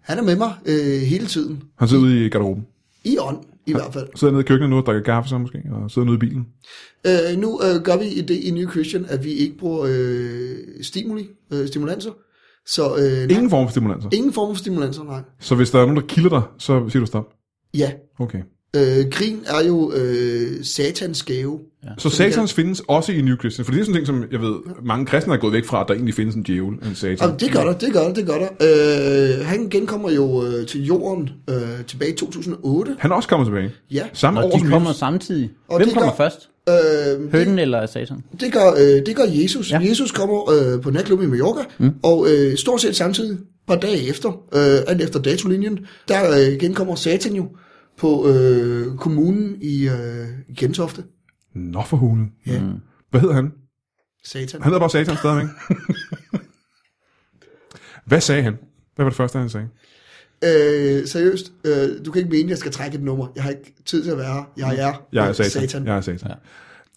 D: Han er med mig øh, hele tiden.
A: Han sidder ude i garderoben.
D: I ånd. i hvert fald.
A: Sidder nede i køkkenet nu og drikker kaffe så måske, og sidder nede i bilen.
D: Øh, nu øh, gør vi det i New Christian, at vi ikke bruger øh, stimuli, øh, stimulanser. Så øh, nej,
A: Ingen form for stimulanser.
D: ingen form for stimulanser, nej.
A: Så hvis der er nogen, der kilder dig, så siger du stop.
D: Ja,
A: Okay.
D: øh, grin er jo øh, satans gave.
A: Så
D: Så vi
A: satans findes også i New Christian, for det er sådan en ting, som jeg ved, mange kristne har gået væk fra, at der egentlig findes en djævel, en satan.
D: Jamen, det gør der, det gør der, det gør der. Øh, han genkommer jo øh, til jorden øh, tilbage i 2008.
A: Han er også kommet tilbage.
D: Ja,
A: Samme
B: Nå,
A: år
B: de
A: som
B: kommer
A: Jesus.
B: samtidig.
D: Og
B: Hvem
D: det
B: kommer
D: gør-
B: først?
D: øh, det,
B: Hønen eller Satan?
D: det, gør, øh, det gør Jesus.
B: Ja.
D: Ja. Jesus kommer øh, på natklub i Mallorca, mm. og øh, stort set samtidig, et par dage efter, øh, alt efter datolinjen, der øh, genkommer Satan jo på øh, kommunen i, øh, i Gentofte.
A: Nå for hulen.
D: Ja.
A: Hvad hedder han?
D: Satan.
A: Han hedder bare Satan stadigvæk. Hvad sagde han? Hvad var det første, han sagde?
D: Øh, seriøst, øh, du kan ikke mene, at jeg skal trække et nummer. Jeg har ikke tid til at være her. Jeg er,
A: Mm. Jeg er
D: øh,
A: satan.
D: satan.
A: Jeg er satan. Ja.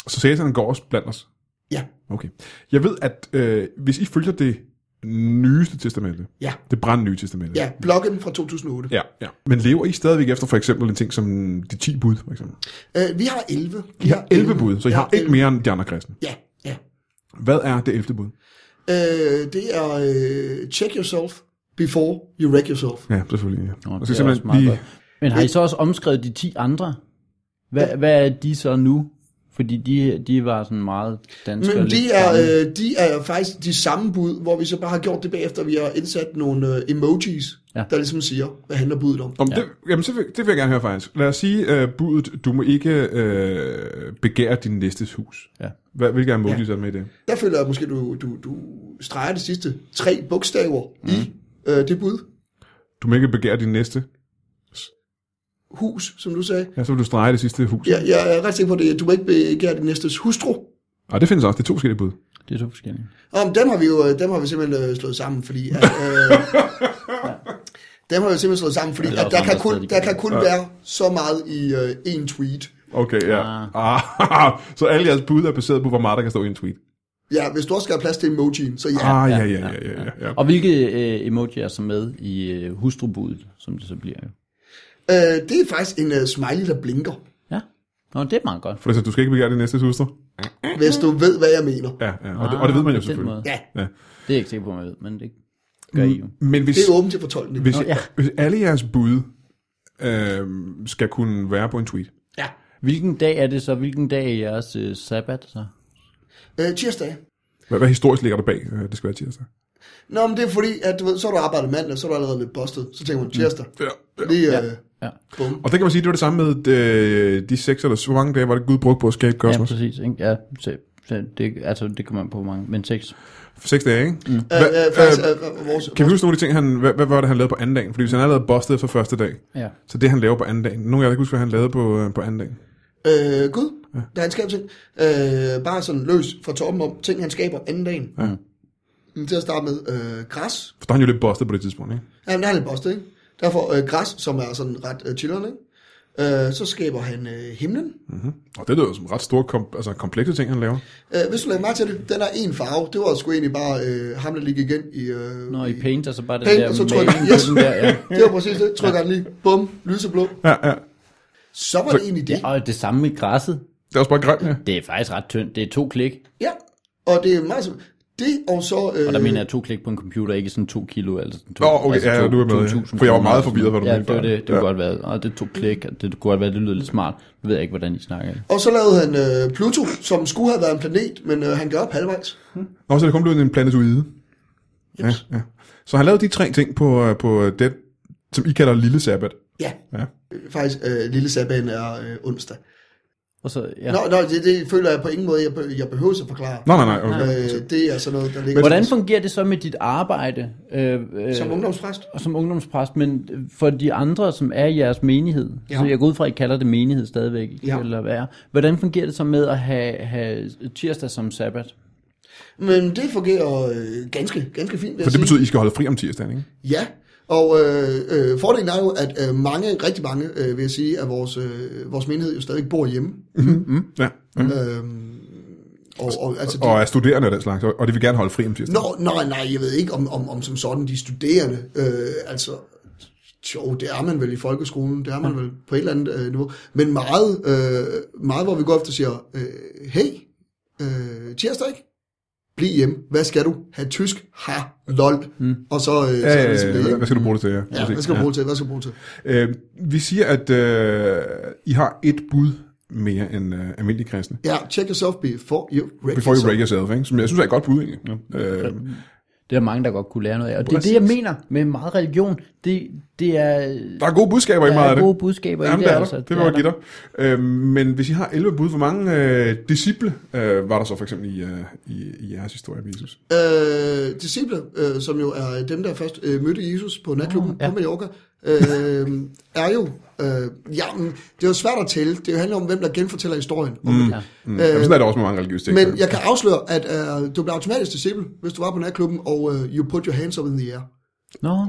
A: Så satan går også blandt os.
D: Ja.
A: Okay. Jeg ved, at øh, hvis I følger det nyeste testamente,
D: Ja.
A: det brandnye testamente,
D: ja, bloggen fra 2008.
A: Ja, ja. Men lever I stadigvæk efter for eksempel en ting som de 10 bud, for eksempel?
D: Øh, vi har 11. Vi
A: I har 11 bud, så I
D: Jeg
A: har ikke
D: 11.
A: mere end de andre kristne.
D: Ja, ja.
A: Hvad er det 11. bud?
D: Øh, det er øh, check yourself before you wreck yourself.
A: Ja, selvfølgelig. Ja.
B: Nå,
A: Man
B: det
A: skal
B: er også
A: simpelthen
B: meget
A: lige...
B: godt. Men har I så også omskrevet de 10 andre? Hvad, hvad er de så nu? Fordi de, de var sådan meget danske. og
D: Men
B: lidt
D: de er,
B: gamle.
D: øh, de er faktisk de samme bud, hvor vi så bare har gjort det bagefter. Vi har indsat nogle øh, emojis,
B: Ja.
D: ja. der ligesom siger, hvad handler budet om.
A: Om ja. det, jamen, så vil, det vil jeg gerne høre faktisk. Lad os sige uh, budet, du må ikke uh, begære din næstes hus.
B: Ja.
A: Hvad, hvilke emojis ja. er der med i det?
D: Der føler jeg måske, du, du, du streger de sidste tre bogstaver mm. i
A: Mhm.
D: øh, det bud.
A: Du må ikke begære din næste.
D: Hus, som du sagde.
A: Ja, så vil du strege det sidste hus. Ja.
D: Jeg, jeg er ret sikker på det. at Du må ikke begære din næstes hustru.
A: Og Ah, det findes også. Det er to forskellige bud.
B: Det er to forskellige.
D: Om dem har vi jo øh, dem har vi simpelthen øh, slået sammen, fordi at, øh, dem har vi simpelthen slået sammen, fordi
B: Ja, der er
D: at der,
B: også
D: kan
B: andre steder,
D: kun,
B: de
D: der
B: kan
D: kan kun være så meget i øh, en tweet.
A: Okay, ja. Ah. Ah, så alle jeres bud er baseret på, hvor meget der kan stå i en tweet.
D: Ja, hvis du også skal have plads til emojien, så ja.
A: Ah, ja, ja, ja, ja, ja. ja.
B: Og hvilke øh, emoji er så med i øh, hustrubudet, som det så bliver jo?
D: Øh, det er faktisk en øh, smiley, der blinker,
B: Ja. Nå, det er meget godt.
A: For det er så, du skal ikke begære din næste hustru.
D: hvis du ved, hvad jeg mener.
A: Ja, ja. Og, det, og det ved man jo
B: Ah, på den
A: selvfølgelig.
B: måde.
D: Ja,
A: Ja.
B: Det er jeg ikke sikker på, man ved, men det gør I jo.
A: Men hvis,
D: det er åbent til fortolkning.
A: hvis,
B: ja.
A: ja. hvis alle jeres bud øh, skal kunne være på en tweet.
D: Ja.
B: Hvilken dag er det så? Hvilken dag er jeres øh, sabbat så?
D: Øh, tirsdag.
A: Hvad, hvad historisk ligger der bag? Øh, Det skal være tirsdag.
D: Nå, men det er fordi, at du ved, så har du arbejdet mandag, så er du allerede lidt bustet. Så tænker man, tirsdag.
A: Ja.
D: Lige, øh,
B: Mm. Ja,
D: bum.
A: Og det kan man sige, det var det samme med øh, de seks eller så mange dage, var det Gud brugte på at skabe
B: ja
A: kosmos. Ja,
B: præcis. Ikke? Ja, så, så det, altså, det kommer an på, hvor mange. Men seks.
A: seks dage, ikke? Mm.
D: Øh, øh, faktisk, øh, vores,
A: Kan vi huske nogle af de ting, han, hvad, hvad var det, han lavede på anden dagen? Fordi hvis han allerede bustet efter første dag,
B: Ja.
A: så det, han laver på anden dagen. Nogle af jer der kan huske, hvad han lavede på, øh, på anden dagen.
D: Øh, Gud, ja. der han skaber ting. Øh, bare sådan løs fra toppen om ting, han skaber anden dagen.
A: Ja.
D: Mm. Til at starte med øh, græs.
A: For der er han jo lidt bustet på det tidspunkt, ikke?
D: Ja, han er lidt bustet, ikke? Derfor øh, græs, som er sådan ret øh, chilleren, ikke? Øh, så skaber han øh, himlen.
A: Og det lyder jo som ret store, kom, altså komplekse ting, han laver.
D: Øh, hvis du lader mig til det, den er en farve. Det var sgu egentlig bare øh, ham, der ligger igen i... Øh,
B: Når I painter, så bare den
D: Paint,
B: der
D: og så trykker-
B: maling på
D: yes.
B: den der, ja.
D: Det var præcis det. Trykker han lige. Bum, lyseblå.
A: Ja, ja.
D: Så var det egentlig det.
B: ja. Og det samme med græsset.
A: Det er også bare grønt, ja.
B: Det er faktisk ret tyndt. Det er to klik.
D: Ja, og det er meget som... Det og så... Øh,
B: Og der mener jeg to klik på en computer, ikke sådan to kilo. Eller sådan to,
A: Nå, okay, ja, du er med, ja.
B: 2.000
A: For jeg var meget
B: kroner.
A: forvirret, hvad du
B: ja,
A: mente
B: det var
A: bare.
B: det. Det kunne
A: Ja.
B: godt være. Og det er to klik, og det kunne godt være, det lyder lidt smart. Nu ved jeg ikke, hvordan I snakker.
D: Og så lavede han øh, Pluto, som skulle have været en planet, men øh, han gav op halvvejs.
A: Nå, så det kom blevet en planetoide. Ja, ja. Så han lavede de tre ting på, øh, på øh, det, som I kalder lille sabbat.
D: Ja.
A: Ja.
D: Øh, Faktisk, øh, lille sabbaten er øh, onsdag.
B: Og så, ja.
D: Ja. Nå, nå det, det føler jeg på ingen måde, jeg, be- jeg behøver at forklare.
A: Nej, nej, nej. Okay.
D: Øh, det er sådan noget, der ligger...
B: Hvordan fungerer det så med dit arbejde øh, øh,
D: Som ungdomspræst?
B: og som ungdomspræst, men for de andre, som er i jeres menighed, ja.
D: Ja.
B: så jeg går ud fra, at I kalder det menighed stadigvæk, ja.
D: Ja.
B: eller hvad er. hvordan fungerer det så med at have, have tirsdag som sabbat?
D: Men det fungerer øh, ganske, ganske fint, vil
A: For
D: jeg
A: det
D: sige.
A: betyder, at I skal holde fri om tirsdagen, ikke?
D: Ja, og øh, øh, fordelen er jo, at øh, mange, rigtig mange, øh, vil jeg sige, af vores, øh, vores menighed jo stadig bor hjemme.
A: Ja. Mm.
D: Øhm, og, og, altså, de,
A: Og er studerende af den slags, og og de vil gerne holde fri om tirsdagen.
D: Nå, nej, nej, jeg ved ikke, om, om, om som sådan de studerende, øh, altså, Jo, det er man vel i folkeskolen, det er man vel på et eller andet øh, niveau. Men meget, øh, meget, hvor vi går efter og siger, øh, hey, øh, tirsdag ikke? Bliv hjemme. Hvad skal du? have tysk? Ha, lol. Mm. Og så, øh, så
A: Ja,
D: er
A: ja,
D: det ligesom det,
A: ja,
D: ikke?
A: hvad skal du bruge det til? Ja,
D: Ja, hvad skal du bruge til? Hvad skal du bruge til?
A: Øh, vi siger, at øh, I har et bud mere end øh, almindelig kristne.
D: Ja, check yourself before you
A: Before
D: wreck
A: you
D: yourself.
A: break yourself, ikke? som jeg synes er et godt bud egentlig. Ja. Øh,
B: Det er der mange, der godt kunne lære noget af. Og det er det, jeg mener med meget religion. Det, det er,
A: der er gode budskaber i
B: der
A: meget af
B: er
A: det.
B: gode budskaber
A: Jamen,
B: i
A: det
B: det.
A: er der. det vil jeg give dig. Øh, men hvis I har 11 bud, hvor mange øh, disciple øh, var der så for eksempel i, øh, i, i jeres historie med Jesus?
D: Øh, disciple, øh, som jo er dem, der først øh, mødte Jesus på natklubben ja. på Mallorca, øh, er jo... Øh, ja, men det er jo svært at tælle. Det handler om, hvem der genfortæller historien. Mm.
A: Mm. Øh, Jamen, sådan er det også med mange religiøse ting.
D: Men jeg kan afsløre, at øh, du blev automatisk disciple, hvis du var på natklubben, og øh, you put your hands up in the air.
B: Nå,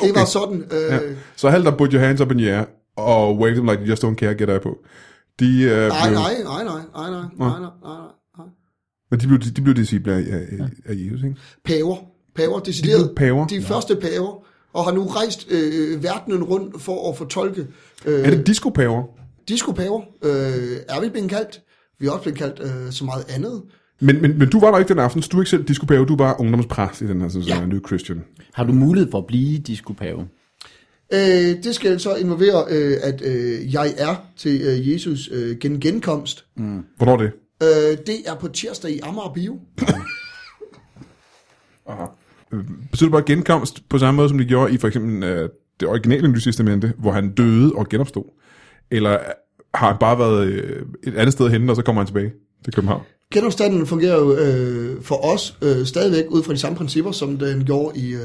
D: Det var sådan... Øh, ja.
A: Så halv der put your hands up in the air, og wave them like you just don't care, gætter jeg på. De, øh,
D: Nej,
A: blev,
D: nej, nej, nej, nej, nej, nej, nej, nej, nej.
A: Men de blev, de blev disciple af, af, af Jesus, ikke?
D: Paver. Paver, decideret.
A: blev paver?
D: De
A: Nå.
D: første paver. Og har nu rejst øh, verdenen rundt for at fortolke... Øh,
A: Er det discopaver?
D: Discopaver øh, er vi blevet kaldt. Vi er også blevet kaldt øh, så meget andet.
A: Men, men, men du var der ikke den aften, så du er ikke selv discopaver, du var ungdomspræst i den her sæson, ja.
D: Ja.
A: New Christian.
B: har du mulighed for at blive diskopave?
D: Øh, det skal så involvere, øh, at øh, jeg er til øh, Jesus øh, gen genkomst. Mm.
A: Hvornår er det?
D: Øh, det er på tirsdag i Amager Bio.
A: Øh, Betyder det bare genkomst på samme måde, som det gjorde i for eksempel øh, det originale Nye Testamente, hvor han døde og genopstod? Eller øh, har han bare været øh, et andet sted henne, og så kommer han tilbage til København?
D: Genopstanden fungerer jo øh, for os øh, stadigvæk ud fra de samme principper, som den gjorde i øh,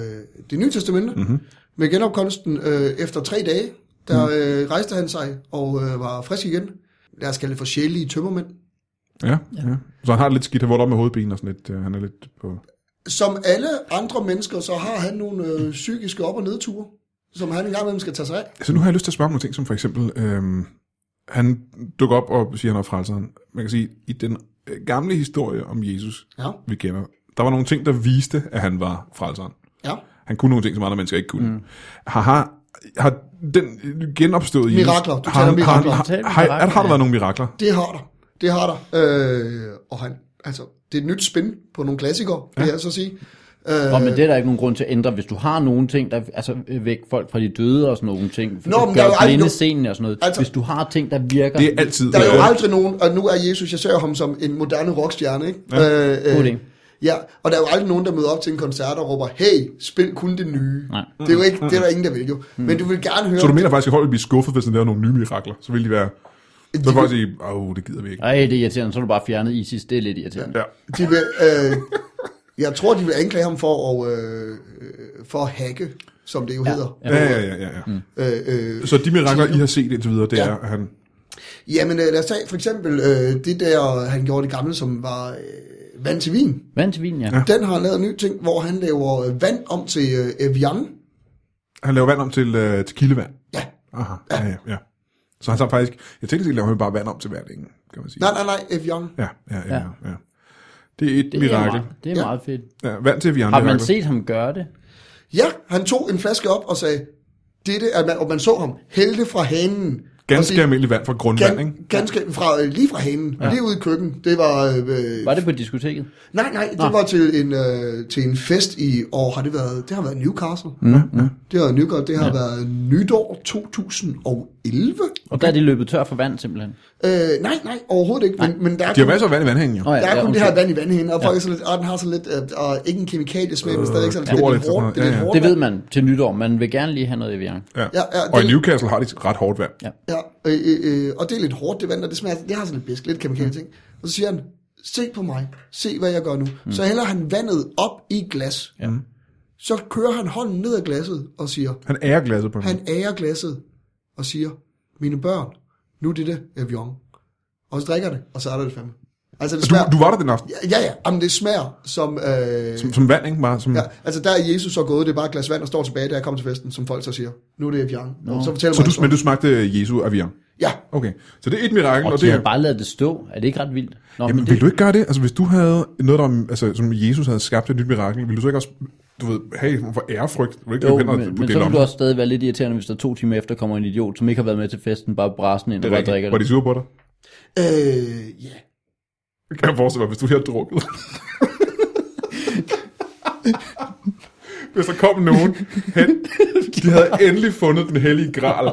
D: det nye testamente. Mm-hmm. Med genopkomsten øh, efter tre dage, der øh, rejste han sig og øh, var frisk igen. Lad os kalde det for sjælige tømmermænd.
A: Ja, ja. ja. Så han har det lidt skidt, han vågner op med hovedpine og sådan lidt. Øh, han er lidt på...
D: Som alle andre mennesker, så har han nogle øh, psykiske op- og nedture, som han engang imellem skal tage sig af.
A: Så nu har jeg lyst til at spørge om nogle ting, som for eksempel, øhm, han dukker op og siger, han er frelseren. Man kan sige, i den øh, gamle historie om Jesus,
D: Ja,
A: vi kender, der var nogle ting, der viste, at han var frelseren.
D: ja.
A: Han kunne nogle ting, som andre mennesker ikke kunne. Mm. Har, har, har den genopståede Jesus...
D: Mirakler. Du
A: har,
D: taler
A: har,
D: mirakler.
A: har,
B: Total
A: har, har,
B: mirakler,
A: har der
B: ja.
A: været nogle mirakler?
D: Det har der. Det har der. Øh, og han, altså, det er et nyt spin på nogle klassikere, vil jeg så sige. Øh,
B: Nå, men det er der ikke nogen grund til at ændre, hvis du har nogle ting, der altså øh, væk folk fra de døde og sådan nogle ting.
D: Nå,
B: gør
D: men der er jo aldrig
B: blinde
D: nogen-
B: scenen og sådan noget.
D: Altså-
B: Altså, hvis du har ting, der virker...
A: Det er altid...
D: Der er jo
A: øh,
D: aldrig nogen, og nu er Jesus, jeg ser jo ham som en moderne rockstjerne, ikke? Ja,
B: god idé.
D: ja, og der er jo aldrig nogen, der møder op til en koncert og råber, hey, spil kun det nye.
B: Nej.
D: Det er jo ikke, det er der ingen, der vil jo. Men du vil gerne høre...
A: Mm. så du mener faktisk, at folk vil blive skuffet, hvis han laver nogle nye mirakler? Så vil de være... Så vil folk sige, åh, det gider vi ikke.
B: Ej, det er irriterende. Så har du bare fjernet ISIS. Det er lidt irriterende.
A: Ja.
D: De vil, øh, jeg tror, de vil anklage ham for at, øh, for at hacke, som det jo ja. hedder.
A: Ja, ja, ja. ja, ja. Mm.
D: Øh, øh,
A: Så de mirakler, I har set indtil videre, det ja.
D: Ja.
A: er, at han...
D: jamen, øh, lad os tage for eksempel øh, det der, han gjorde det gamle, som var øh, vand til vin.
B: Vand til vin, ja.
D: Den har lavet en ny ting, hvor han laver øh, vand om til øh, Evian.
A: Han laver vand om til, øh, til kildevand.
D: Ja.
A: Aha, ja, ja, ja. Så han tager faktisk... Jeg tænkte, at laver han bare vand om til vand, ikke? kan man sige.
D: Nej, nej, nej, Evian.
A: Ja, ja, ja,
B: Ja.
A: ja. ja. Det er et
B: Det er,
A: mirakel.
B: meget, det er
D: Ja.
B: meget fedt.
A: Ja, vand til vi andre.
B: Har man set ham gøre det?
D: Ja, han tog en flaske op og sagde, dette, at man, og man så ham hælde fra hanen. Og
A: Ganske
D: sige,
A: almindeligt vand fra grundvand, ikke?
D: Gan, ganske fra, øh, lige fra hanen, ja. lige ude i køkkenet. Det var, øh,
B: Var det på diskoteket?
D: nej, nej, det var til en, øh, til en fest i, og har det været, det har været Newcastle. Mm, mm. Det har Newcastle, det har ja. været nytår 2011.
B: Og der er de løbet tør for vand, simpelthen.
D: Øh, nej, nej, overhovedet ikke, men, men der er
A: De har
D: kun,
A: masser af vand i vandhængen, jo.
B: Nå ja,
D: der er
B: ja,
D: kun det her
B: undskyld.
D: vand i vandhænden, og, folk er så lidt, og den har så lidt, øh, og ikke en kemikaliesmag, men stadigvæk
A: klor
D: sådan lidt, lidt
A: lidt sådan
D: hårdt. Det
A: noget.
D: er lidt
A: Ja, ja.
D: hårdt.
B: Det ved
D: vand.
B: man til nytår. Man vil gerne lige have noget Evian.
A: Ja.
D: Ja, ja,
A: og i
D: det-
A: Newcastle har de ret hårdt vand. Ja.
B: Ja.
D: Ja, øh, øh, øh, og det er lidt hårdt, det vand, og det smager, det har sådan lidt bisk, lidt kemikale ting. Og så siger han, se på mig, se hvad jeg gør nu. Mm. Så hælder han vandet op i et glas.
B: Ja.
D: Så kører han hånden ned ad glasset og siger,
A: Han ærer glasset på ham.
D: han ærer glasset og siger, mine børn, nu er det det, avion. Og så drikker det, og så er der det fandme. Altså det
A: Du,
D: smager,
A: du var der den aften,
D: ja, ja, ja, jamen, det smager som, øh,
A: som, som vand, ikke? Bare som,
D: ja, altså der er Jesus så gået, det er bare et glas vand, og står tilbage, da jeg kommer til festen, som folk så siger, nu er det avion. No. Så fortæller
A: Så
D: mig
A: du,
D: en
A: men
D: historie.
A: du smagte Jesu avian.
D: Ja,
A: Okay, så det er et mirakel, og,
B: Og
A: det er...
B: de har bare lavet det stå. Er det ikke ret vildt? Nå,
A: Jamen,
B: men
A: vil
B: det,
A: du ikke gøre det? Altså, hvis du havde noget, der, altså, som Jesus havde skabt et nyt mirakel, ville du så ikke også du ved, have nogen for ærefrygt. Du vil ikke
B: Jo,
A: jo, hen og
B: men, men
A: putte det
B: så vil
A: om.
B: du også stadig være lidt irriterende, hvis der to timer efter kommer en idiot, som ikke har været med til festen, bare brasen ind og bare drikker
A: Var
B: det.
A: de sure på dig?
D: Øh, ja.
A: Det Kan jeg forestille mig, hvis du lige har drukket. hvis der kom nogen hen, de havde endelig fundet den hellige gral.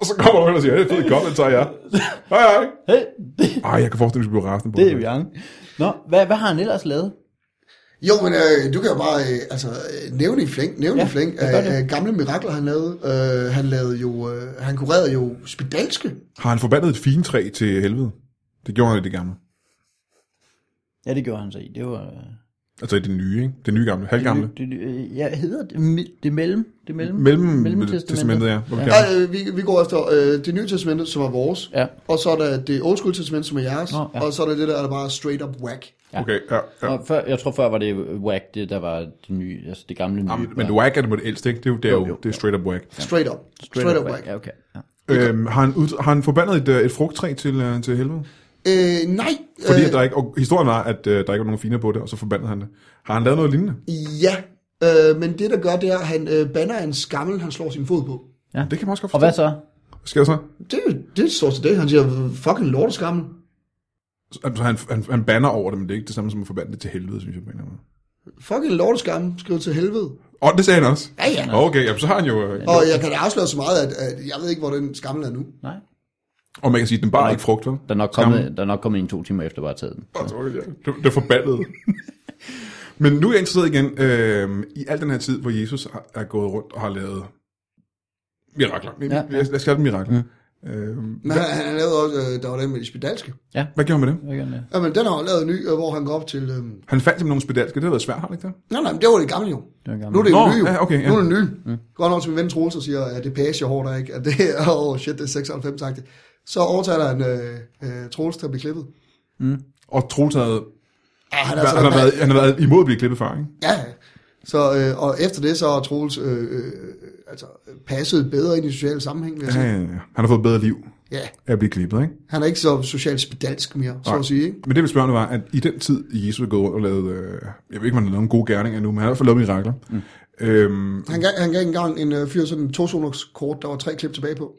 A: Og så kommer du hen og siger, hey, fed godt, den tager jeg. Hej, hej.
B: Hey, det,
A: Ej, jeg kan forestille mig, at du bliver rasende på
B: det er Bjarne. Nå, hvad, hvad har han ellers lavet?
D: Jo, men øh, du kan jo bare øh, altså, øh, nævne i flæng, nævne
B: Ja,
D: ja, i flæng.
B: jeg gør det.
D: Øh, øh, gamle mirakler, han lavede. Øh, han, lavede jo, øh, han kurerede jo spedalske.
A: Har han forbandet et fintræ til helvede? Det gjorde han i det gamle.
B: Ja, det gjorde han så i. Det var... øh,
A: Altså i det nye, ikke? Det nye gamle, halvgamle.
B: Det, det, øh, ja, hedder det, mi- det mellem? Det mellem,
A: Mellem- testamentet, ja. Hvor vi
B: ja.
A: kalder-
D: Ja. Øh, vi, vi går efter øh, det nye testamente, som er vores.
B: Ja.
D: Og så er der det old school testament, som er jeres.
B: Nå,
D: Oh,
B: ja.
D: ja. Og så er der det der, der bare er straight up whack.
B: Ja.
A: Okay, ja, ja.
B: Og før, jeg tror før var det whack, det der var det nye, altså det gamle nye.
A: Jamen, men
B: var
A: whack er det på det ældste, ikke? Det er jo, det er, jo,
B: jo.
A: det er straight up whack.
D: Straight up. Straight, straight up, whack.
B: Ja, okay. Ja.
A: Øhm, har, han ud, har han forbandet et, øh, et frugttræ til, øh, til helvede?
D: Øh, nej.
A: Fordi
D: øh,
A: at der ikke, og historien var, at øh, der ikke var nogen fine på det, og så forbandede han det. Har han lavet noget lignende?
D: Ja, øh, men det der gør, det er, at han øh, banner en skammel, han slår sin fod på.
A: Det kan man også godt
B: Og
A: forstå.
B: hvad så?
A: Hvad sker der så?
D: Det, det står til det. Han siger, fucking lorteskammel.
A: Altså, han, han, han banner over det, men det er ikke det samme som at forbande det til helvede, synes jeg. på en eller anden måde.
D: Fucking lorteskammel, skriv til helvede.
A: Og det sagde han også.
D: Ja, ja.
A: Okay, jamen, så har han jo... Øh,
D: Og jeg kan da afsløre så meget, at, at jeg ved ikke, hvor den skammel er nu.
B: Nej.
A: og man kan sige, at den bare er ikke frugt, vel?
B: Der er nok kommet, der er nok kommet en to timer efter, bare taget den.
A: Åh, sorry, ja. Det, det forbandede. Men nu er jeg interesseret igen øh, i al den her tid, hvor Jesus har, er gået rundt og har lavet mirakler. Ja,
B: ja.
A: ja. Lad os kalde dem mirakler. Mm. Øh,
D: Men han, han lavede også, øh, der var den med de spedalske.
A: hvad gjorde han med det?
B: Hvad gør han der?
D: Jamen, den har han lavet en ny, øh, hvor han går op til... Øh...
A: Han fandt simpelthen nogle spedalske. Det har været svært, har det ikke det?
D: Nej, nej, men det var det gamle jo.
B: Det var gammel.
D: Nu er det jo
A: Nå,
D: nye jo.
A: ja, okay, ja.
D: Nu er det nye. Mm. Går nok til min ven Troels og siger, at det page jeg hårdt, er ikke? At det er, oh shit, det er 96 -agtigt. Så overtaler han øh, øh, Troels til at blive klippet.
A: Og Troels havde
D: Ja, han altså-
A: Han, han, har været, han har været imod at blive klippet før, ikke?
D: Ja, ja. så, øh, og efter det, så er Troels øh, øh, altså, passet bedre ind i sociale sammenhæng, vil jeg
A: Ja,
D: sige.
A: ja, ja. Han har fået et bedre liv
D: Ja,
A: af at blive klippet, ikke?
D: han er ikke så socialt spedalsk mere, så
A: Nej.
D: at sige, ikke?
A: Men det, vi spørger var, at i den tid, Jesus er gået rundt og lavet, øh, jeg ved ikke, om han har lavet nogle gode gerninger nu, men han har i hvert fald lavet mirakler. Mm. Øhm,
D: Han, gav- han gav engang en øh, fyr sådan en to-zoners-kort, der var tre klip tilbage på.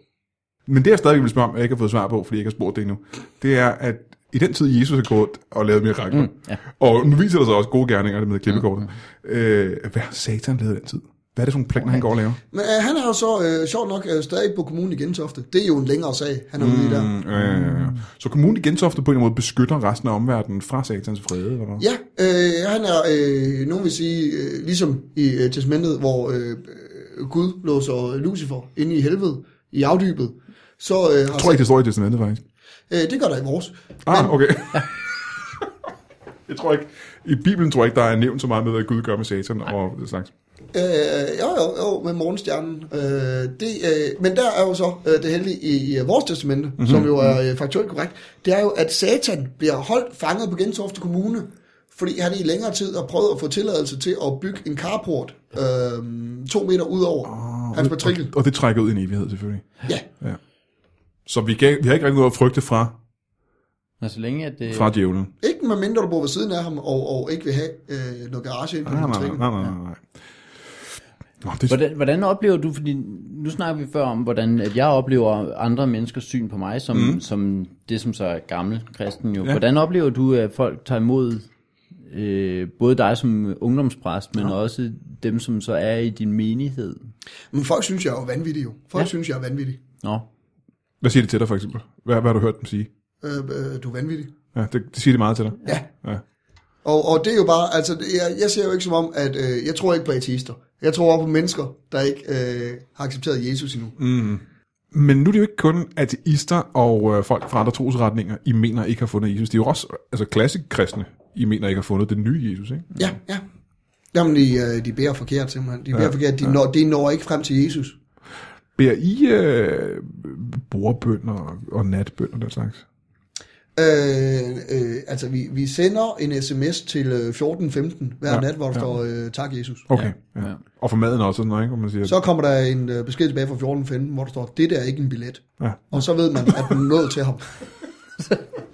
A: men det, jeg stadig vil spørge om, jeg ikke har fået svar på, fordi jeg ikke har spurgt det endnu, det er, at i den tid, Jesus er gået rundt og lavet mirakler, mm,
B: ja.
A: og nu viser der sig også gode gerninger, det med klippekortet, mm, øh, hvad har satan lavet i den tid? Hvad er det for nogle planer, han går og laver?
D: Men øh, han er jo så øh, sjovt nok øh, stadig på kommunen i Gentofte. Det er jo en længere sag, han er ude i der.
A: Mm, øh, så kommunen i Gentofte på en eller anden måde beskytter resten af omverdenen fra satans frede, eller hvad?
D: Ja, øh, han er, øh, nogen vil sige, øh, ligesom i øh, testamentet, hvor øh, øh, Gud låser Lucifer inde i helvede, i afdybet. Så, øh, har
A: Jeg tror ikke, det står i testamentet, faktisk.
D: øh, det gør der i vores.
A: Ah, okay. jeg tror ikke, i Bibelen tror jeg ikke, der er nævnt så meget med, hvad Gud gør med satan og det slags.
D: Øh, jo, jo, jo, med morgenstjernen. Øh, det, øh, men der er jo så øh, det heldige i, i øh, vores testamente,
A: Mhm.
D: mm-hmm. som jo er øh, faktuelt korrekt, det er jo, at Satan bliver holdt fanget på Gentofte Kommune, fordi han i længere tid har prøvet at få tilladelse til at bygge en carport øh, to meter ud over
A: Ah,
D: oh, hans matrikel.
A: Og det trækker ud i en evighed, selvfølgelig.
D: Ja,
A: Så vi, kan, vi har ikke rigtig noget at frygte fra,
B: Nå, så længe at øh, det...
A: fra djævlen.
D: ikke med mindre du bor ved siden af ham og, og ikke vil have øh, noget garage ind på
A: Nej,
D: din
A: nej, nej,
D: matrikel.
A: nej, nej, nej. Nå, det,
B: Hvordan, hvordan oplever du, fordi nu snakker vi før om, hvordan at jeg oplever andre menneskers syn på mig, som,
A: Mhm.
B: mm. som det, som så er gammel kristen jo. Ja. Hvordan oplever du, at folk tager imod øh, både dig som ungdomspræst, men ja. også dem, som så er i din menighed?
D: Men folk synes, jeg er jo vanvittig jo. Folk
B: Ja.
D: ja. synes, jeg er vanvittig.
B: Nå,
A: hvad siger det til dig, for eksempel? Hvad, hvad har du hørt dem sige?
D: Øh, øh, du er vanvittig.
A: Ja, det, det siger det meget til dig.
D: Ja.
A: Ja.
D: Og, og det er jo bare, altså, det- jeg, jeg ser jo ikke som om, at øh, jeg tror ikke på ateister. Jeg tror på mennesker, der ikke øh, har accepteret Jesus endnu. Mm.
A: Men nu er det jo ikke kun ateister og øh, folk fra andre trosretninger, I mener ikke har fundet Jesus. Det er jo også altså, klassisk kristne, I mener ikke har fundet den nye Jesus, ikke?
D: Ja, ja. Jamen, de, øh, de bærer forkert simpelthen. De bærer ja, forkert. De, ja. når, de når ikke frem til Jesus.
A: Bærer I øh, bordbønder og, og natbønder og den slags?
D: Øh, øh, altså, vi, vi sender en sms til øh, 14.15 hver
A: Ja,
D: ja, nat, hvor
A: ja.
D: der ja. står, øh, tak Jesus.
A: Okay,
B: Ja,
A: ja.
B: ja.
A: ja. Og for maden også, sådan noget, ikke? Hvor man siger,
D: Så kommer der en øh, besked tilbage fra 14.15, hvor der står, det der er ikke en billet.
A: Ja.
D: Og så ved man, at den er nået til ham.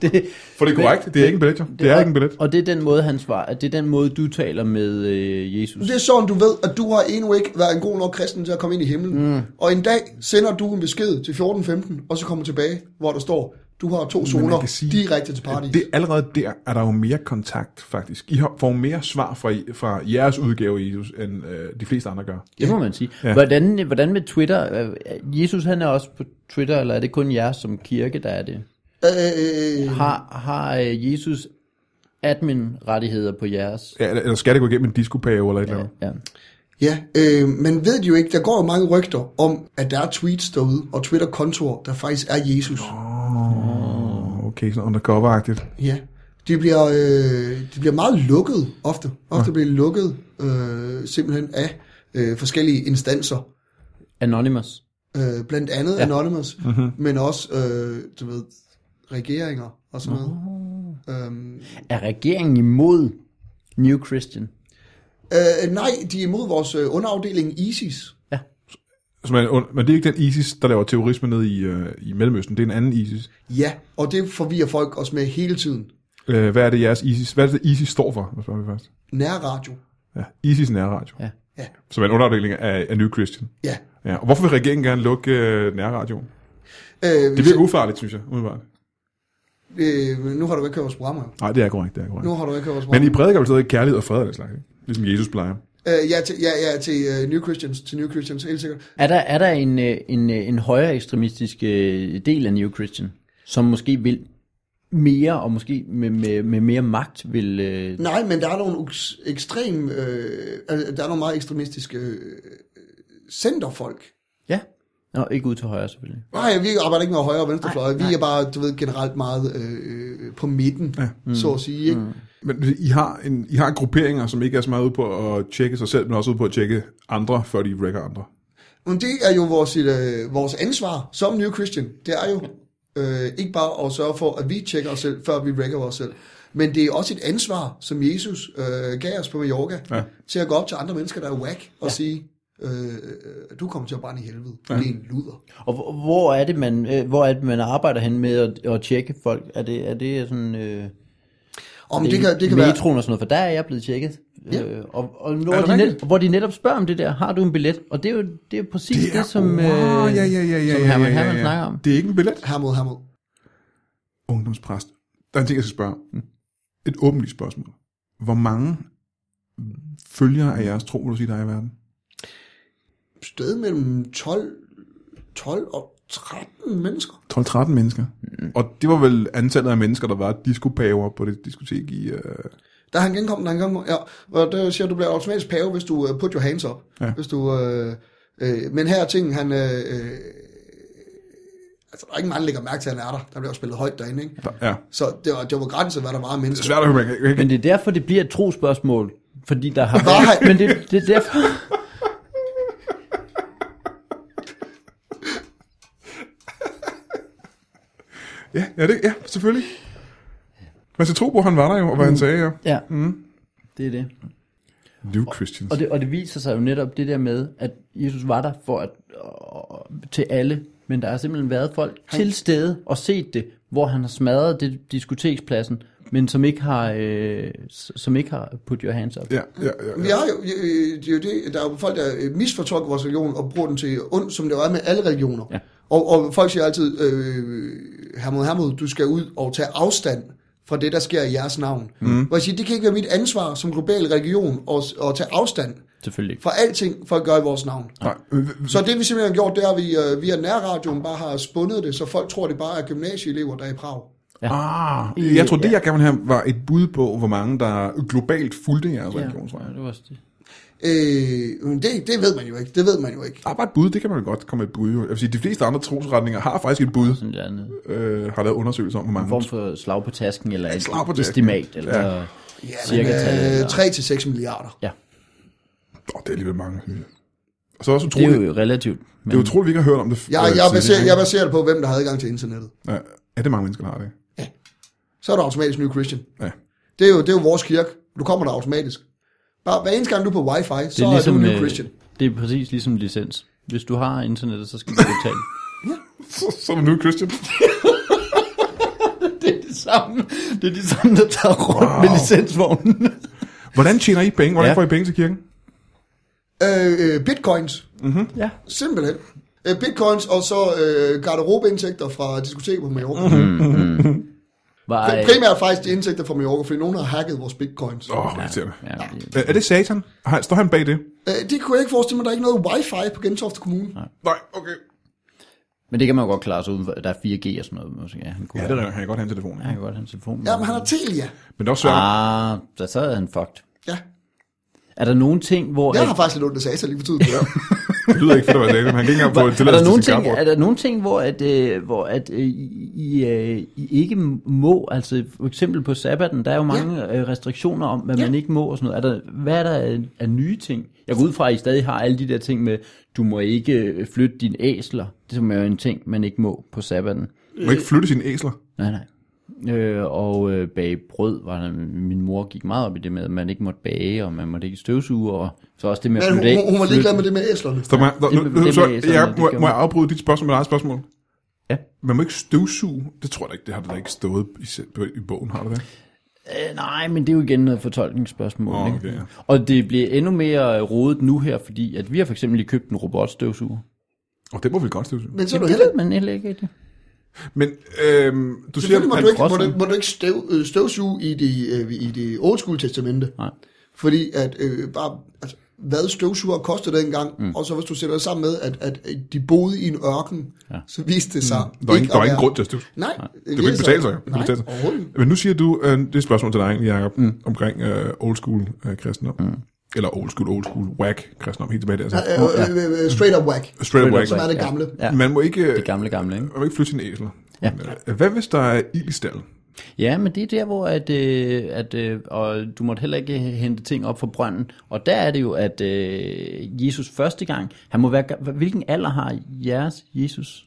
B: det,
A: For det er korrekt, det er ikke en billet, jo. Det er ikke en billet.
B: Og det er den måde, han svarer, at det er den måde, du taler med øh, Jesus.
D: Det er sådan, du ved, at du har endnu ikke været en god nok kristen til at komme ind i himlen. Mm. Og en dag sender du en besked til 14-15, og så kommer tilbage, hvor der står, du har to zoner sige, direkte til paradis.
A: Det er allerede der, er der jo mere kontakt, faktisk. I har- får mere svar fra, fra jeres udgave, i Jesus, end øh, de fleste andre gør.
B: Det må man sige. Ja. Hvordan, hvordan med Twitter? Øh, Jesus han er også på Twitter, eller er det kun jer som kirke, der er det?
D: Øh,
B: Har, har øh, Jesus admin-rettigheder på jeres?
A: Ja, eller, eller skal det gå igennem en diskopave eller et eller andet?
B: Ja.
D: ja, øh, men ved de jo ikke, der går jo mange rygter om, at der er tweets derude, og Twitter-kontorer, der faktisk er Jesus.
A: Åh, Okay, sådan undercover-agtigt.
D: Ja. De bliver, øh, de bliver meget lukket ofte. Ofte bliver de lukket øh, simpelthen af øh, forskellige instanser.
B: Anonymous.
D: Øh, blandt andet ja. Anonymous,
A: Mhm.
D: mm-hmm. men også, øh, du ved, regeringer og sådan noget. Øhm,
B: Er regeringen imod New Christian?
D: øh, nej, de er imod vores øh, underafdeling ISIS.
A: Så man, und- men det er ikke den ISIS, der laver terrorisme nede i, øh, i Mellemøsten. Det er en anden ISIS.
D: Ja, og det forvirrer folk os med hele tiden.
A: Øh, hvad er det, jeres ISIS? Hvad er det, ISIS står for? Hvad spørger vi først?
D: Nærradio.
A: Ja, ISIS nærradio.
B: Ja.
D: Ja.
A: Som er en underafdeling af, af New Christian.
D: Ja.
A: Ja, og hvorfor vil regeringen gerne lukke øh, nærradioen?
D: Øh,
A: Det virker ufarligt, synes jeg, umiddelbart.
D: øh, men nu har du ikke hørt vores programmer. jo.
A: Nej, det er korrekt, det er korrekt.
D: Nu har du ikke hørt vores
A: Men
D: programmer.
A: I prædiker vel stadig kærlighed og fred og den slags, ikke? Ligesom Jesus plejer.
D: Øh, ja, til, ja, ja, til øh, New Christians, til New Christians, helt sikkert.
B: Er der, er der en, øh, en, øh, en højere ekstremistisk øh, del af New Christian, som måske vil mere, og måske med, med, med mere magt vil... Øh,
D: Nej, men der er nogle uks- ekstrem, øh, altså, der er nogle meget ekstremistiske øh, centerfolk.
B: ja. Nå, ikke ud til højre selvfølgelig.
D: Nej, vi arbejder ikke med højre og venstrefløj. Vi er bare, du ved, generelt meget øh, på midten, ja. mm. så at sige. Ikke? Mm.
A: Men I har, en, I har grupperinger, som ikke er så meget ude på at tjekke sig selv, men også ude på at tjekke andre, før de wrecker andre.
D: Men det er jo vores, øh, vores ansvar som New Christian. Det er jo øh, ikke bare at sørge for, at vi tjekker os selv, før vi rækker os selv. Men det er også et ansvar, som Jesus øh, gav os på Mallorca, ja. til at gå op til andre mennesker, der er whack, og ja. sige, øh, øh, du kommer til at brænde i helvede. Ja. Det er en luder.
B: Og hvor, hvor er det, man, øh, hvor er det, man arbejder hen med at, at tjekke folk? Er det, er det sådan... Øh,
D: Om det kan, det kan være...
B: metroen og sådan noget, for der er jeg blevet tjekket. Ja. Øh, og, og når
A: det
B: de net,
A: rigtigt?
B: hvor de netop spørger om det der, har du en billet? Og det er jo, det er jo præcis det, er, det som, øh,
A: Wow, ah, ja, ja, ja, ja,
B: som
A: ja,
B: Herman
A: ja,
B: Herman
A: ja.
B: snakker om.
A: Det er ikke en billet.
D: Her mod, her mod.
A: Ungdomspræst. Der er en ting, jeg skal spørge. om. Et åbenlyst spørgsmål. Hvor mange følgere af jeres tro, vil du sige, der er i verden?
D: Sted mellem 12, 12 og 13 mennesker.
A: 12-13 mennesker. Mm. Og det var vel antallet af mennesker, der var diskopaver på det diskotek i... Øh...
D: Der er han genkommet, der er han genkommet. Ja, og det siger, du bliver automatisk pave, hvis du uh, put your hands up.
A: Ja.
D: Ja. Hvis du, øh, øh, men her er ting, han... Øh, øh, altså, der er ikke mange, der lægger mærke til, at han er der. Der bliver jo spillet højt derinde, ikke?
A: Der, ja.
D: Så det var, det var grænset, hvad der var af
A: Det er
D: mennesker.
A: svært at høre, man kan ikke...
B: Men det er derfor, det bliver et trospørgsmål. Fordi der har
D: Nej.
B: været... Men det, det er derfor...
A: Ja, ja, det, ja, selvfølgelig. Man skal tro på, han var der jo, og hvad han sagde, ja.
B: Ja, mm. det er det.
A: New Christians.
B: Og det. Og det viser sig jo netop det der med, at Jesus var der for at, og, til alle, men der har simpelthen været folk til stede og set det, hvor han har smadret det, diskotekspladsen, men som ikke har, øh, s- som ikke har put your hands up.
A: Ja, ja, ja.
D: Vi
A: ja.
D: har jo, øh, det er jo det, der er jo folk, der øh, misfortolker vores religion og bruger den til ondt, som det jo er med alle religioner. Ja. Og, og folk siger altid, øh, Hermod Hermod, du skal ud og tage afstand fra det, der sker i jeres navn. Mm. Hvor jeg siger, det kan ikke være mit ansvar som global religion at, at tage afstand
B: Selvfølgelig ikke.
D: fra alting for at gøre i vores navn.
A: Nej, øh, øh,
D: Så det vi simpelthen har gjort, det er, at vi øh, via nærradioen bare har spundet det, så folk tror, det bare er gymnasieelever, der er i Prag.
A: Ah, jeg tror, det jeg gerne ville have, var et bud på, hvor mange der globalt fulgte jeres
B: Ja,
A: religion, tror jeg.
B: det var også det.
D: Øh, men det, det ved man jo ikke. Det ved man jo ikke.
A: Der er Ah, bare et bud, det kan man jo godt komme med et bud. jo. Jeg vil sige, de fleste andre trosretninger har faktisk et bud,
B: Sådan der en
A: øh, har lavet undersøgelser om, hvor mange.
B: form for slag på tasken, eller et
A: slag på tasken.
B: estimat, eller ja. cirka
D: Men,
B: tal.
D: øh, 3-6 milliarder.
B: Ja,
A: Åh, det er alligevel mange. Og så er det også
B: det
A: utroligt,
B: er jo relativt. Men
A: det er utroligt, vi ikke har hørt om det.
D: Jeg,
A: øh,
D: jeg, baserer,
A: tidligere.
D: jeg baserer det på, hvem der har adgang til internettet.
A: Ja, er det mange mennesker, der har det?
D: Så er du automatisk ny Christian.
A: Ja.
D: Det er jo, det er jo vores kirke. Du kommer der automatisk. Bare hver eneste gang du er på wifi, så
B: det
D: er,
B: er,
D: du
B: ligesom,
D: en ny
B: øh,
D: Christian.
B: det er præcis ligesom licens. Hvis du har internettet, så skal du betale.
A: Så, så er det nu Christian.
B: det er de samme, det er de samme der tager rundt wow. med licensvognen.
A: Hvordan tjener I penge? Hvordan ja.
B: Ja.
A: får I penge til kirken?
D: Øh, øh, bitcoins,
B: ja.
D: simpelthen. Øh, bitcoins og så øh, garderobeindtægter fra diskoteker på Mallorca. Mm-hmm.
B: Var, øh,
D: Primært faktisk de indtægter fra Mallorca, fordi nogen har hacket vores bitcoins.
A: Åh, oh, irriterende.
B: ja,
A: Er er det satan? Har- Står han bag det?
D: Øh, det kunne jeg ikke forestille mig, der er ikke noget wifi på Gentofte Kommune. Nej.
A: Nej, okay.
B: men det kan man jo godt klare sig uden for, der er 4G og sådan noget. Måske. Ja, han kunne,
A: Ja, det er, han kan godt have en telefon.
B: han kan godt have en telefon. med.
D: Jamen, han har Telia.
A: Men det er også svært.
B: Ah, så, så er han fucked.
D: Ja.
B: Er der nogle ting, hvor...
D: Jeg
B: at-
D: har faktisk lidt ondt af satan lige for tiden. Ja.
A: Det lyder ikke fedt at være satan. Han kan ikke engang få en
B: er der
A: tilladelse
B: nogle
A: til sin
B: ting,
A: carport.
B: er der nogle ting, hvor at, øh, hvor at øh, I, I, øh, I ikke må, altså for eksempel på sabbaten, der er jo mange ja. øh, restriktioner om, hvad ja. man ikke må og sådan noget. Er der, hvad er der af, af nye ting? Jeg går ud fra, at I stadig har alle de der ting med, du må ikke øh, flytte dine æsler. Det er jo en ting, man ikke må på sabbaten.
A: Man må ikke flytte sine æsler.
B: Nej, nej. Øh, og øh, bage brød, var der, min mor gik meget op i det med, at man ikke måtte bage, og man måtte ikke støvsuge, og så også det med
D: Men
B: at
D: hun,
B: flytte
D: hun, hun var
B: flytte-
D: ligeglad med det med æslerne.
A: Så man, der, nu,
B: det-
A: nu,
B: det
A: så,
B: med æslerne,
A: jeg,
B: det
A: må,
B: gjorde
A: må
B: man.
A: jeg afbryde dit spørgsmål med et eget spørgsmål?
B: Ja.
A: Man må ikke støvsuge. Det tror jeg da ikke, det har det da ikke stået i, se- i bogen, har det det?
B: Øh, nej, men det er jo igen noget fortolkningsspørgsmål.
A: Åh,
B: Oh,
A: okay,
B: okay,
A: ja.
B: ja. Og det bliver endnu mere øh, rodet nu her, fordi at vi har for eksempel lige købt en robotstøvsuger.
A: Og det må vi godt støvsuge.
D: Men så er du
B: Jamen, det
D: heller
B: ved man heller ikke rigtigt.
A: Men øhm, du siger,
D: Selvfølgelig må
A: at
D: du ikke, må
B: frosten-
D: du, må du ikke støv, øh, støvsuge i det, øh, i det old school testamente.
B: Nej.
D: Fordi at øh, bare, altså, hvad støvsuger kostede dengang, mm. og så hvis du sætter det sammen med, at, at øh, de boede i en ørken, ja. så viste det sig mm.
A: der er, ingen, der er ingen grund til at støvsuge.
D: Nej, nej.
A: Det vil ikke betale sig. jo. Det vil
D: Nej,
A: betale sig.
D: overhovedet ikke.
A: Men nu siger du, øh, det er et spørgsmål til dig egentlig, Jacob, mm. omkring øh, old school øh, kristendom. Mm. Eller old school, old school, whack kristendom, helt tilbage der. Altså.
D: Øh, øh, øh, øh, straight up whack,
A: Straight up
B: up
A: whack.
D: som er det
B: Ja.
D: gamle.
B: Ja.
A: Man må ikke, øh,
B: Det gamle, gamle, ikke?
A: man må ikke flytte sine æsler.
B: Ja.
A: Øh, Hvad hvis der er ild i stallen?
B: Ja, men det er der, hvor at, øh, at, øh, og du måtte heller ikke hente ting op fra brønden. Og der er det jo, at øh, Jesus første gang, han må være, ga- hvilken alder har jeres Jesus?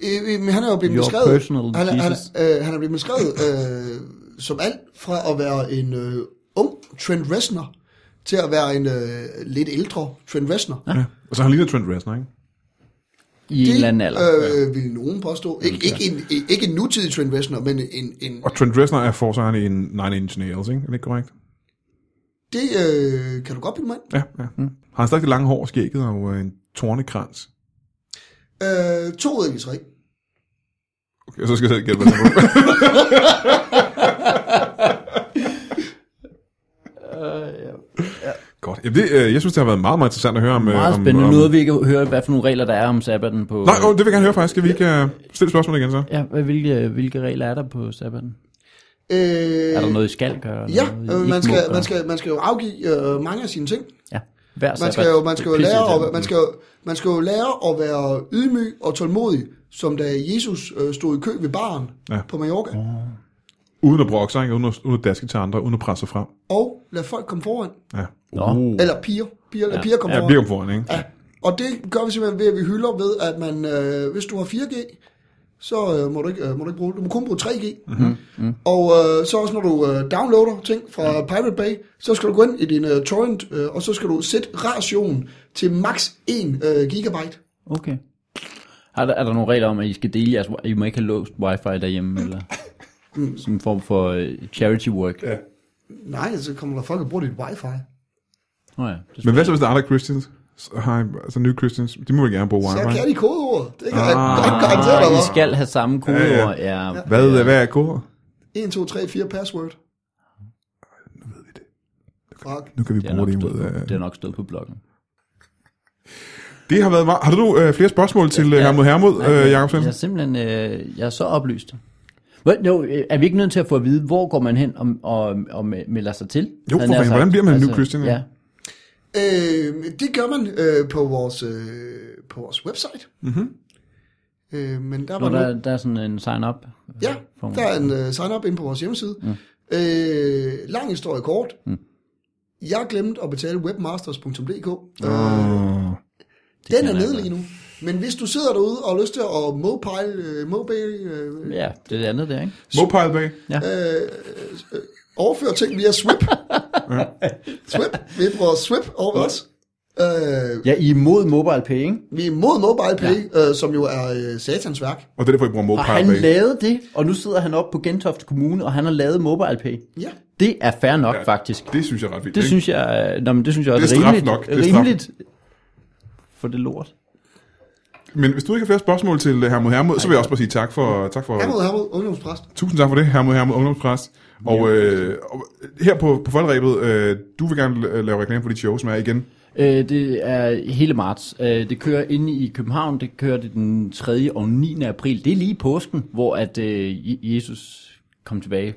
D: Øh, øh, men han er jo blevet
B: Your
D: beskrevet,
B: personal
D: han, er- han,
B: Jesus.
D: er- øh, han er blevet beskrevet øh, som alt fra at være en øh, ung Trent Reznor, til at være en øh, lidt ældre Trent Reznor.
A: Ja. Og så har han ligner Trent Reznor, ikke?
B: I en eller anden alder.
D: Øh, vil nogen påstå. Ik- ikke, en, ikke en nutidig Trent Reznor, men en... en
A: Og Trent Reznor er forsøgeren i en Nine Inch Nails, ikke? Er det ikke korrekt?
D: det øh, kan du godt bilde mig ind.
A: Ja, ja. Mm. Har han stadig det lange hår og skægget og øh, en tornekrans?
D: Øh, to ud af de tre.
A: Okay, så skal jeg selv gætte, hvad det er. Godt. Jamen, det, øh, jeg synes, det har været meget, meget interessant at høre om... øh,
B: Meget
A: om,
B: spændende.
A: om,
B: Noget, vi ikke hører, hvad for nogle regler der er om sabbaten på...
A: Nej, åh, det vil jeg gerne høre faktisk. Skal vi ikke øh, stille spørgsmål igen så?
B: Ja, hvad- hvilke, hvilke regler er der på sabbaten?
D: Øh,
B: Er der noget, I skal gøre? eller
D: Ja,
B: noget, I
D: øh,
B: ikke må
D: man, skal,
B: gøre?
D: man, skal, man skal jo afgive øh, mange af sine ting.
B: Ja, hver
D: Man skal jo, man skal jo, lære, at, man skal jo, man skal jo lære at være ydmyg og tålmodig, som da Jesus øh, stod i kø ved baren
A: Ja.
D: ja. Mm. på Mallorca.
A: Uden at brokke sig, ikke? Uden at, uden at daske til andre, uden at presse sig frem.
D: Og lad folk komme foran.
A: Ja.
B: Nå.
A: Uh.
D: Eller piger. piger lad piger komme
A: Ja,
D: foran.
A: Birkum foran, ikke?
D: Ja, og det gør vi simpelthen ved, at vi hylder ved, at man, øh, hvis du har 4G, så øh, må, du ikke, øh, må du ikke bruge, du må kun bruge 3G. Mm-hmm.
A: Mm.
D: Og øh, så også når du øh, downloader ting fra Pirate Bay, så skal du gå ind i din øh, torrent, øh, og så skal du sætte rationen til max 1 øh, gigabyte.
B: Okay. Er der, er der nogle regler om, at I skal dele jeres... I må ikke have låst wifi derhjemme, eller... Sådan en form for øh, charity work. Ja.
D: Nej, så kommer der folk og bruger dit wifi.
B: Nå ja, det
A: Men hvad så, hvis der er andre Christians? Så har I- Altså nye Christians, de må jo gerne bruge
D: Så
A: wifi.
D: kan de kodeordet. Det kan jeg
A: Ah.
D: godt garantere dig,
B: I
D: hva'?
B: skal have samme kodeord. Ja, ja.
A: Hvad, øh, hvad er koder?
D: 1, 2, 3, 4 password. Nu ved vi det. Fuck.
A: Nu kan vi
B: Det, er
A: bruge
B: nok
A: det
B: stået,
A: imod.
B: på-
A: øh,
B: det er nok stået på bloggen.
A: Det har været meget... Har du øh, flere spørgsmål til øh, Hermod Hermod, øh, Jacob
B: Jeg er
A: Svendsen?
B: simpelthen øh, jeg er så oplyst. Well, no, øh, er vi ikke nødt til at få at vide, hvor går man hen og, og, og me- melder sig til?
A: for
B: Havde jeg
A: fanden,
B: nær sagt. Altså,
A: hvordan bliver man en new Christian?
B: Ja.
D: Øh, det gør man øh, på, vores, øh, på vores website. Mm-hmm. Øh, men der
B: Når
D: var der,
B: der, der er sådan en sign-up. øh,
D: ja,
B: form.
D: der er en øh, sign-up inde på vores hjemmeside. Mm. Øh, lang historie kort. Mm. Jeg glemte at betale webmasters.dk. Øh,
A: Åh.
D: den er
B: jeg
D: nede lige nu. Men hvis du sidder derude og har lyst til at mobile, øh, mobile øh,
B: Ja, det er det andet der, ikke?
A: Mopile Bay.
D: øh, overføre ting via Swip. Swip. Vi bruger Swip over os. Øh,
B: Ja, I er imod mobile pay, ikke?
D: vi er imod mobile pay, ja. øh, som jo er øh, satans værk.
A: Og det er derfor, jeg bruger
B: Og
A: MoPay.
B: han lavede det, og nu sidder han oppe på Gentofte Kommune, og han har lavet mobile pay.
D: Ja.
B: Det er fair nok, ja, faktisk.
A: Det synes jeg er ret vildt.
B: Det
A: ikke?
B: synes jeg, øh, nå, men det synes jeg
A: Det er
B: også
A: straf
B: rimeligt,
A: nok. Det er straf.
B: rimeligt for det lort.
A: Men hvis du ikke har flere spørgsmål til øh, Hermod Hermod, så vil jeg også bare sige tak for... Tak for
D: Hermod, Hermod, ungdomspræst.
A: Tusind tak for det, Hermod Hermod Ungdomspræst. Og, øh, og her på, på Folkerebet, øh, du vil gerne la- lave reklame for dit show, som er igen.
B: Øh, det er hele marts. Øh, det kører inde i København, det kører det den 3. og 9. april. Det er lige i påsken, hvor at øh, Je- Jesus kom tilbage.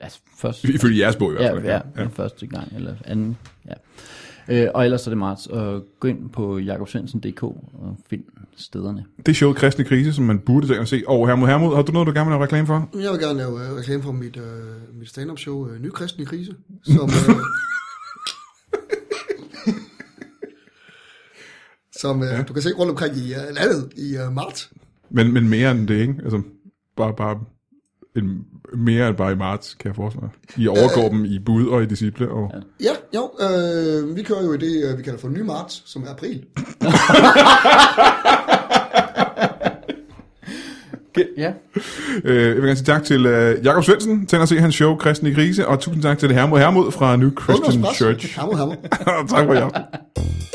B: Altså, først,
A: Ifølge jeres bog i hvert
B: ja,
A: fald.
B: ja, ja, første gang, eller anden, ja. Øh, og ellers er det marts, og gå ind på jakobsvensen.dk og find stederne.
A: Det er showet Kristne Krise, som man burde tage og se. Og Hermod Hermod, har du noget, du gerne vil lave reklame for?
D: Jeg vil gerne lave øh, reklame for mit, øh, mit stand-up show, øh, Nykristen i krise, som... Øh, som øh, ja. du kan se rundt omkring i øh, landet i øh, marts.
A: Men, men mere end det, ikke? Altså, bare, bare en, mere end bare i marts, kan jeg forestille mig. I overgår dem i bud og i disciple. Og...
D: Ja, jo, øh, vi kører jo i det, øh, vi kalder for ny marts, som er april.
B: Ja.
A: Øh, jeg vil gerne sige tak til øh, Jakob Svendsen, til at se hans show Kristne i Krise, og tusind tak til Hermod Hermod fra New Christian
D: Ungdomspræst.
A: Church.
D: Hammer, hammer.
A: tak for jer.